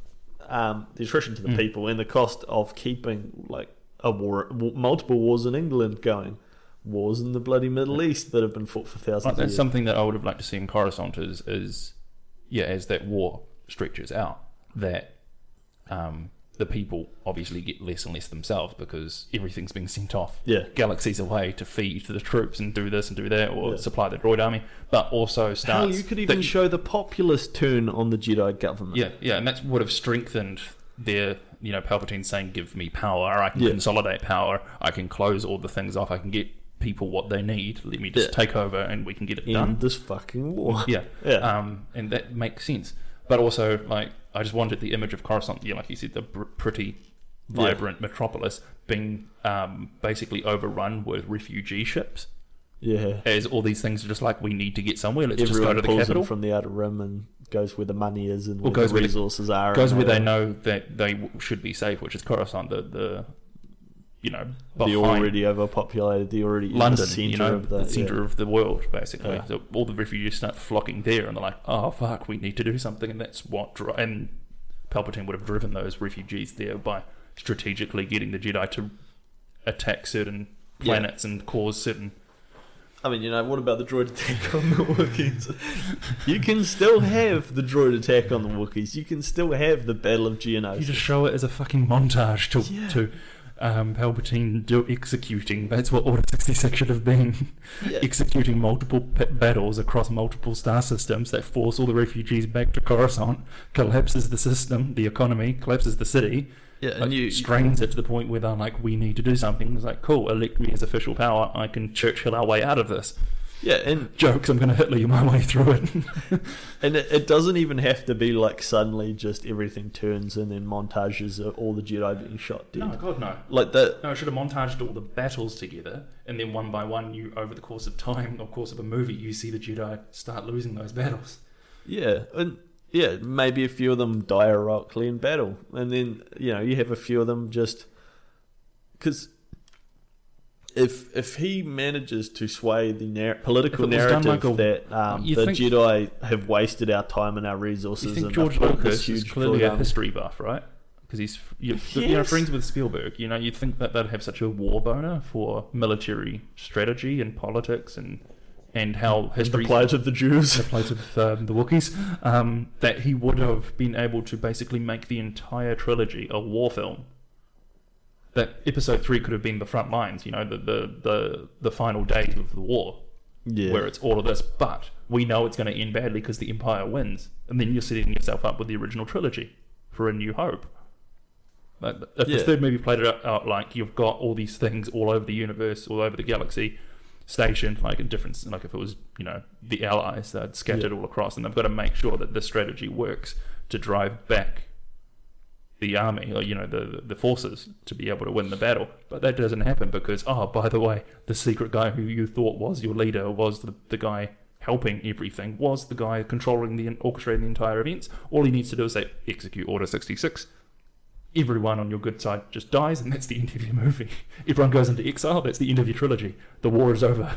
Speaker 1: um, the attrition to the
Speaker 2: Mm.
Speaker 1: people and the cost of keeping like a war, w- multiple wars in England going, wars in the bloody Middle East that have been fought for
Speaker 2: Like,
Speaker 1: thousands of
Speaker 2: that's
Speaker 1: years.
Speaker 2: something that I would have liked to see in Coruscant is, is yeah, as that war stretches out, that um, the people obviously get less and less themselves because everything's being sent off
Speaker 1: yeah,
Speaker 2: galaxies away to feed the troops and do this and do that or
Speaker 1: Yeah.
Speaker 2: supply the droid army, but also starts
Speaker 1: hell, you could
Speaker 2: that
Speaker 1: even show the populist turn on the Jedi government.
Speaker 2: Yeah, yeah, and that would have strengthened their, you know, Palpatine saying, "Give me power. I can
Speaker 1: Yeah.
Speaker 2: consolidate power. I can close all the things off. I can get people what they need. Let me just
Speaker 1: Yeah.
Speaker 2: take over, and we can get it
Speaker 1: End
Speaker 2: done."
Speaker 1: this fucking war.
Speaker 2: Yeah,
Speaker 1: Yeah.
Speaker 2: Um, and that makes sense. But also, like, I just wanted the image of Coruscant, yeah, like you said, the br- pretty, vibrant metropolis being um, basically overrun with refugee ships
Speaker 1: Yeah.
Speaker 2: As all these things are just like, we need to get somewhere. Let's
Speaker 1: Everyone
Speaker 2: just go to
Speaker 1: pulls
Speaker 2: the
Speaker 1: in
Speaker 2: capital.
Speaker 1: from the outer rim and goes where the money is and
Speaker 2: Or
Speaker 1: where
Speaker 2: goes
Speaker 1: the
Speaker 2: where the-
Speaker 1: resources are. and
Speaker 2: Goes where
Speaker 1: all
Speaker 2: they
Speaker 1: that.
Speaker 2: know that they w- should be safe, which is Coruscant, the, the you know,
Speaker 1: the
Speaker 2: behind
Speaker 1: already overpopulated, the already in
Speaker 2: London,
Speaker 1: the center
Speaker 2: you know,
Speaker 1: of the,
Speaker 2: the, center
Speaker 1: yeah.
Speaker 2: of the world, basically.
Speaker 1: Yeah.
Speaker 2: So all the refugees start flocking there, and they're like, "Oh fuck, we need to do something," and that's what. Dri- and Palpatine would have driven those refugees there by strategically getting the Jedi to attack certain
Speaker 1: Yeah.
Speaker 2: planets and cause certain.
Speaker 1: I mean, you know, what about the droid attack on the Wookiees? you can still have the droid attack on the Wookiees. You can still have the Battle of Geonosis.
Speaker 2: You just show it as a fucking montage to
Speaker 1: Yeah.
Speaker 2: to um, Palpatine do executing. That's what Order sixty six should have been.
Speaker 1: Yeah.
Speaker 2: executing multiple p- battles across multiple star systems that force all the refugees back to Coruscant, collapses the system, the economy, collapses the city,
Speaker 1: yeah,
Speaker 2: like, strains it to the point where they're like, we need to do something. It's like, cool, elect me as official power. I can Churchill our way out of this.
Speaker 1: yeah, and
Speaker 2: Jokes, I'm going to Hitler you my way through it.
Speaker 1: And it, it doesn't even have to be like suddenly just everything turns and then montages of all the Jedi being shot dead.
Speaker 2: God, no.
Speaker 1: Like that.
Speaker 2: No, I should have montaged all the battles together, and then one by one, you over the course of time, or course of a movie, you see the Jedi start losing those battles.
Speaker 1: Yeah. And yeah, maybe a few of them die heroically in battle. And then, you know, you have a few of them just. Because if if he manages to sway the narr- political
Speaker 2: If it was done
Speaker 1: narrative
Speaker 2: like
Speaker 1: that um,
Speaker 2: You
Speaker 1: the
Speaker 2: think-
Speaker 1: Jedi have wasted our time and our resources
Speaker 2: You
Speaker 1: and
Speaker 2: think
Speaker 1: have
Speaker 2: George
Speaker 1: built
Speaker 2: Lucas is clearly a
Speaker 1: drawdown-
Speaker 2: history buff, right? Because he's you you know
Speaker 1: Yes.
Speaker 2: friends with Spielberg. You know you'd think that they'd have such a war boner for military strategy and politics and and how
Speaker 1: the
Speaker 2: history
Speaker 1: plight of the Jews.
Speaker 2: the plight of um, the Wookiees. Um, that he would have been able to basically make the entire trilogy a war film. That episode three could have been the front lines. You know the the the, the final days of the war
Speaker 1: Yeah.
Speaker 2: where it's all of this, but we know it's going to end badly because the Empire wins, and then you're setting yourself up with the original trilogy for A New Hope. Like, if
Speaker 1: Yeah.
Speaker 2: this third movie played it out, out like you've got all these things all over the universe, all over the galaxy, stationed like in different, like if it was you know the Allies, they'd scattered all across, and they've got to make sure that this strategy works to drive back the army or you know the the forces to be able to win the battle but that doesn't happen because oh by the way the secret guy who you thought was your leader was the, the guy helping everything was the guy controlling the orchestrating the entire events all he needs to do is say execute order 66 everyone on your good side just dies and that's the end of your movie everyone goes into exile that's the end of your trilogy the war is over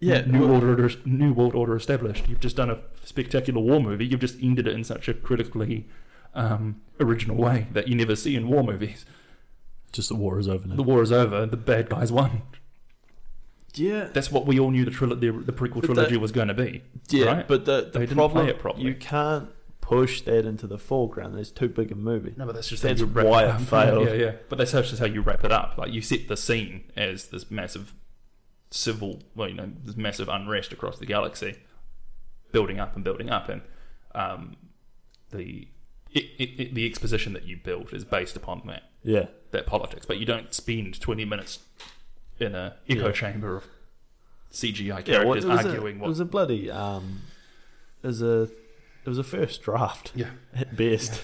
Speaker 1: yeah.
Speaker 2: new order new world order established you've just done a spectacular war movie you've just ended it in such a critically um, original way that you never see in war movies
Speaker 1: Just the war is over now.
Speaker 2: the war is over the bad guys won
Speaker 1: Yeah.
Speaker 2: that's what we all knew the, trilo- the, the prequel
Speaker 1: But that-
Speaker 2: trilogy was going to be
Speaker 1: Yeah,
Speaker 2: right?
Speaker 1: but the, the
Speaker 2: They didn't
Speaker 1: problem
Speaker 2: play it properly.
Speaker 1: you can't push that into the foreground. It's too big a movie.
Speaker 2: no but that's just
Speaker 1: that's
Speaker 2: how you wrap
Speaker 1: why
Speaker 2: it
Speaker 1: it
Speaker 2: up.
Speaker 1: failed.
Speaker 2: yeah yeah but that's just how you wrap it up like you set the scene as this massive civil well you know this massive unrest across the galaxy building up and building up, and um, the it, it, it, the exposition that you build is based upon that
Speaker 1: Yeah,
Speaker 2: that politics. But you don't spend twenty minutes in a echo
Speaker 1: Yeah.
Speaker 2: chamber of CGI
Speaker 1: yeah.
Speaker 2: characters
Speaker 1: it was
Speaker 2: arguing
Speaker 1: a,
Speaker 2: what.
Speaker 1: it was a bloody um, it was a it was a first draft
Speaker 2: yeah,
Speaker 1: at best.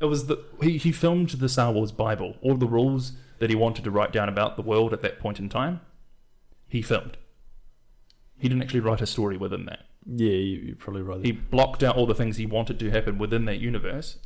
Speaker 2: it was the he, he filmed the Star Wars Bible, all the rules that he wanted to write down about the world at that point in time. He filmed. He didn't actually write a story within that.
Speaker 1: Yeah, you, you're probably right.
Speaker 2: He blocked out all the things he wanted to happen within that universe,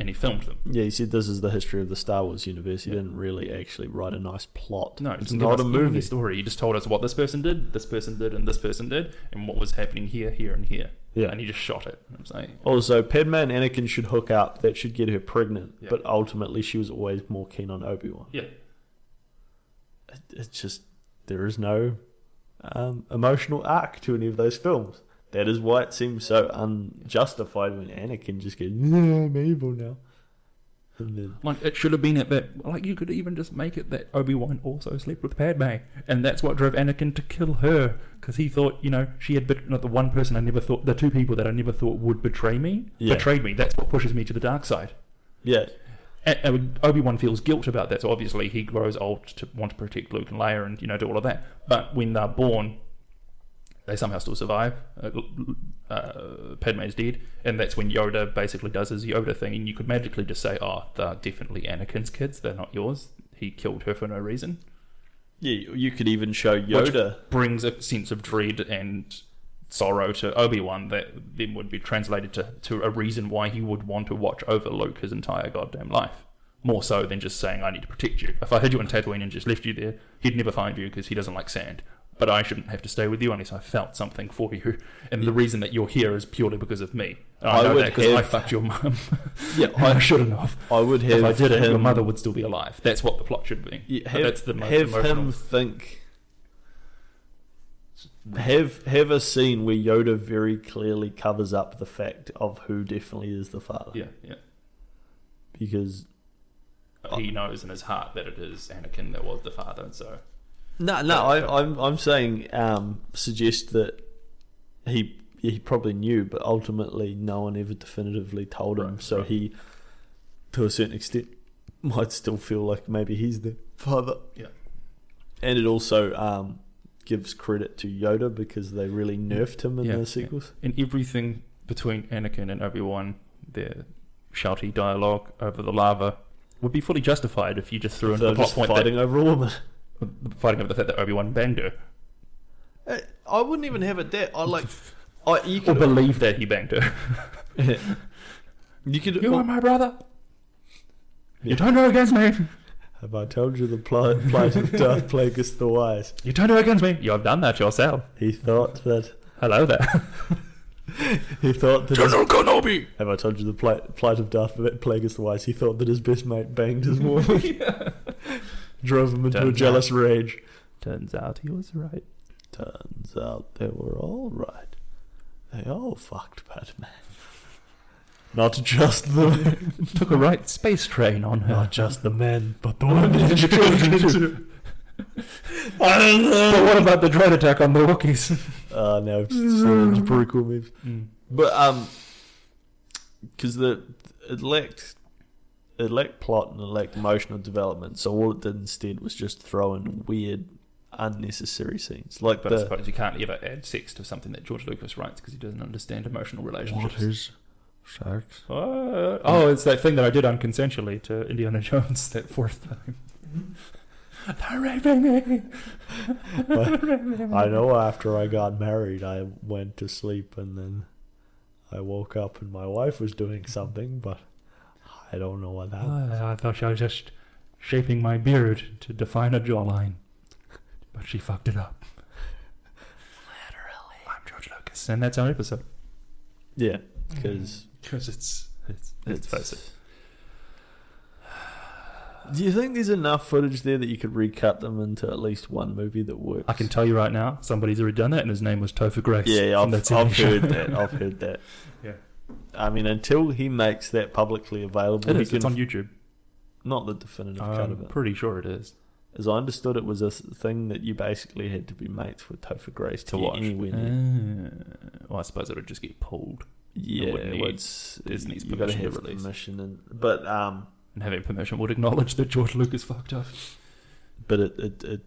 Speaker 2: and he filmed them.
Speaker 1: yeah, you said this is the history of the Star Wars universe. You
Speaker 2: Yeah.
Speaker 1: didn't really actually write a nice plot.
Speaker 2: No,
Speaker 1: it's
Speaker 2: didn't give
Speaker 1: not
Speaker 2: us
Speaker 1: a
Speaker 2: any
Speaker 1: movie.
Speaker 2: story. He just told us what this person did, this person did, and this person did, and what was happening here, here, and here.
Speaker 1: Yeah.
Speaker 2: And he just shot it. And I'm saying,
Speaker 1: Also, Padme and Anakin should hook up. That should get her pregnant.
Speaker 2: Yeah.
Speaker 1: But ultimately, she was always more keen on Obi Wan.
Speaker 2: yeah,
Speaker 1: it's just there is no um, emotional arc to any of those films. That is why it seems so unjustified when Anakin just goes, "Yeah, "I'm evil now." And then,
Speaker 2: like it should have been at that. Like you could even just make it that Obi Wan also slept with Padme, and that's what drove Anakin to kill her because he thought, you know, she had bet- not the one person I never thought, the two people that I never thought would betray me,
Speaker 1: Yeah.
Speaker 2: betrayed me. That's what pushes me to the dark side.
Speaker 1: yeah,
Speaker 2: Obi Wan feels guilt about that, so obviously he grows old to want to protect Luke and Leia and you know do all of that. But when they're born, they somehow still survive. Uh, uh, Padme's dead, and that's when Yoda basically does his Yoda thing, and you could magically "Ah, just say, "Oh, they're definitely Anakin's kids. They're not yours. He killed her for no reason."
Speaker 1: Yeah, you could even show Yoda.
Speaker 2: brings a sense of dread and sorrow to Obi Wan that then would be translated to, to a reason why he would want to watch over Luke his entire goddamn life. More so than just saying, I need to protect you. If I had you on Tatooine and just left you there, he'd never find you because he doesn't like sand. But I shouldn't have to stay with you unless I felt something for you. And the reason that you're here is purely because of me. And I,
Speaker 1: I
Speaker 2: know
Speaker 1: would
Speaker 2: that because I
Speaker 1: have-
Speaker 2: fucked your mum.
Speaker 1: yeah,
Speaker 2: I shouldn't have.
Speaker 1: I would have
Speaker 2: If I did it, your
Speaker 1: him-
Speaker 2: mother would still be alive. That's what the plot should be.
Speaker 1: Yeah,
Speaker 2: But
Speaker 1: have,
Speaker 2: that's the most
Speaker 1: have
Speaker 2: emotional.
Speaker 1: him think. Have have a scene where Yoda very clearly covers up the fact of who definitely is the father.
Speaker 2: Yeah, yeah.
Speaker 1: Because
Speaker 2: But he knows in his heart that it is Anakin that was the father, and so
Speaker 1: no, no,
Speaker 2: uh,
Speaker 1: I, I'm I'm saying um, suggest that he he probably knew, but ultimately no one ever definitively told him.
Speaker 2: Right,
Speaker 1: so
Speaker 2: right.
Speaker 1: he, to a certain extent, might still feel like maybe he's the father.
Speaker 2: Yeah.
Speaker 1: and it also um, gives credit to Yoda because they really nerfed him in
Speaker 2: Yeah, yeah.
Speaker 1: the sequels.
Speaker 2: in everything between Anakin and Obi Wan, their shouty dialogue over the lava would be fully justified if you just threw in
Speaker 1: They're
Speaker 2: the plot
Speaker 1: just
Speaker 2: point
Speaker 1: fighting over a woman.
Speaker 2: that fighting over the fact that Obi Wan banged her,
Speaker 1: Uh, I wouldn't even have it that. I like. I you
Speaker 2: or
Speaker 1: could.
Speaker 2: believe that he banged her.
Speaker 1: you could.
Speaker 2: you are my brother.
Speaker 1: Yeah.
Speaker 2: You turned her against me.
Speaker 1: Have I told you the plight, plight of Darth Plagueis the Wise?
Speaker 2: You turned her against me. You have done that yourself.
Speaker 1: He thought that.
Speaker 2: Hello there.
Speaker 1: He thought that. His,
Speaker 2: Kenobi.
Speaker 1: have I told you the plight, plight of Darth Plagueis the Wise? He thought that his best mate banged his woman, drove him into
Speaker 2: Don't
Speaker 1: a
Speaker 2: know.
Speaker 1: jealous rage.
Speaker 2: Turns out he was right.
Speaker 1: Turns out they were all right. They all fucked Batman. Not just the
Speaker 2: Took a right space train on her.
Speaker 1: not just the men, but the
Speaker 2: But
Speaker 1: women and children too.
Speaker 2: what about the dread attack on the Wookiees?
Speaker 1: Uh, now I've just seen those prequel memes.
Speaker 2: Mm.
Speaker 1: But um, because the it lacked it lacked plot and it lacked emotional development, so all it did instead was just throw in weird, unnecessary scenes like
Speaker 2: But I
Speaker 1: the
Speaker 2: suppose you can't ever add sex to something that George Lucas writes because he doesn't understand emotional relationships.
Speaker 1: is sex?
Speaker 2: Uh, oh, it's that thing that I did unconsensually to Indiana Jones that fourth time. They're raping me.
Speaker 1: I know. After I got married, I went to sleep and then I woke up and my wife was doing something, but I don't know what happened.
Speaker 2: Ah, I thought I was just shaping my beard to define a jawline, but she fucked it up. Literally, I'm George Lucas, and that's our episode.
Speaker 1: Yeah, because
Speaker 2: Because it's it's it's basic.
Speaker 1: Do you think there's enough footage there that you could recut them into at least one movie that works?
Speaker 2: I can tell you right now, somebody's already done that, and his name was Topher Grace.
Speaker 1: Yeah, yeah,
Speaker 2: And
Speaker 1: I've,
Speaker 2: that's in
Speaker 1: I've
Speaker 2: the show.
Speaker 1: heard that. I've heard that.
Speaker 2: Yeah.
Speaker 1: I mean, until he makes that publicly available,
Speaker 2: It
Speaker 1: he
Speaker 2: is. It's
Speaker 1: can-
Speaker 2: on Um, YouTube.
Speaker 1: not the definitive cut of
Speaker 2: I'm
Speaker 1: it.
Speaker 2: pretty sure it is.
Speaker 1: As I understood, it was a s- thing that you basically had to be mates with Topher Grace to,
Speaker 2: To
Speaker 1: get
Speaker 2: watch.
Speaker 1: anywhere near.
Speaker 2: Uh, well, I suppose it would just get pulled.
Speaker 1: Yeah,
Speaker 2: would need
Speaker 1: it's
Speaker 2: Disney's
Speaker 1: you gotta
Speaker 2: permission to
Speaker 1: have
Speaker 2: release.
Speaker 1: permission, and, but um,
Speaker 2: And having permission would acknowledge that George Lucas fucked up.
Speaker 1: but it, it it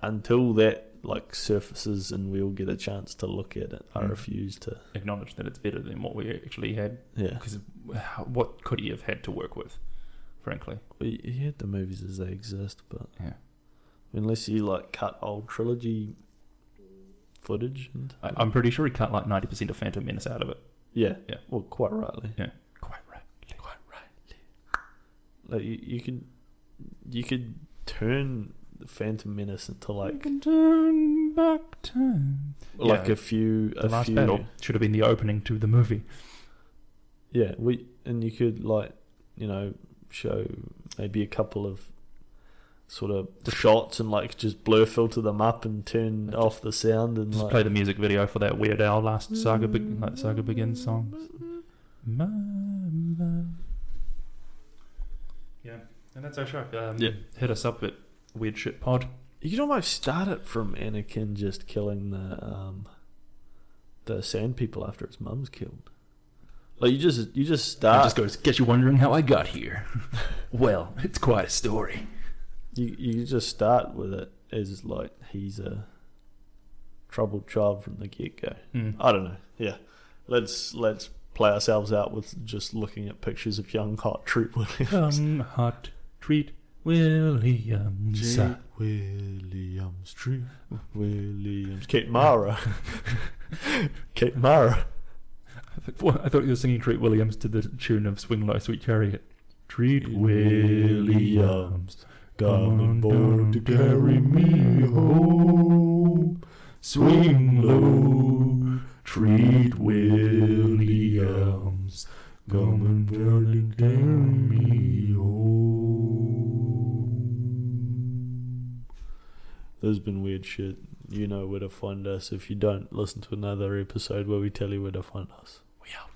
Speaker 1: until that like surfaces and we all get a chance to look at it, I
Speaker 2: Mm.
Speaker 1: refuse to.
Speaker 2: Acknowledge that it's better than what we actually had.
Speaker 1: Yeah,
Speaker 2: Because how- what could he have had to work with, frankly?
Speaker 1: we you had the movies as they exist, but
Speaker 2: Yeah.
Speaker 1: unless you like cut old trilogy footage, and
Speaker 2: I, I'm pretty sure he cut like 90% of Phantom Menace out of it.
Speaker 1: yeah,
Speaker 2: Yeah.
Speaker 1: well, quite rightly,
Speaker 2: Quite right. Quite right.
Speaker 1: like you, you could you could turn the Phantom Menace into like
Speaker 2: turn back time.
Speaker 1: like
Speaker 2: Yeah.
Speaker 1: a few
Speaker 2: The
Speaker 1: a
Speaker 2: last
Speaker 1: few
Speaker 2: battle should have been the opening to the movie.
Speaker 1: Yeah, we and you could like, you know, show maybe a couple of sort of shots and like just blur filter them up and turn
Speaker 2: Just-
Speaker 1: off the sound and
Speaker 2: Just
Speaker 1: like
Speaker 2: play the music video for that Weird Al last saga, be- like saga begins song. Mama. Yeah, and that's our show. Um,
Speaker 1: Yeah.
Speaker 2: hit us up at Weird Shit Pod.
Speaker 1: you could almost start it from Anakin just killing the um the sand people after his mum's killed. Like you just you just
Speaker 2: It
Speaker 1: start
Speaker 2: just goes, get you wondering how I got here. Uh, well, it's quite a story.
Speaker 1: you you just start with it as like he's a troubled child from the get go. I don't know. Yeah, let's let's play ourselves out with just looking at pictures of young hot Treat Williams.
Speaker 2: Come hot treat Williams. Uh,
Speaker 1: Treat Williams Tree. Williams. Kate Mara. Kate Mara.
Speaker 2: I think- well, I thought you were singing Treat Williams to the tune of Swing Low, Sweet Chariot. Treat
Speaker 1: Williams,
Speaker 2: Williams,
Speaker 1: Come on board to
Speaker 2: down and
Speaker 1: carry me home.
Speaker 2: Swing low, Treat Williams, come on down and carry me home.
Speaker 1: There's been weird shit. You know where to find us. If you don't, listen to another episode where we tell you where to find us. We out.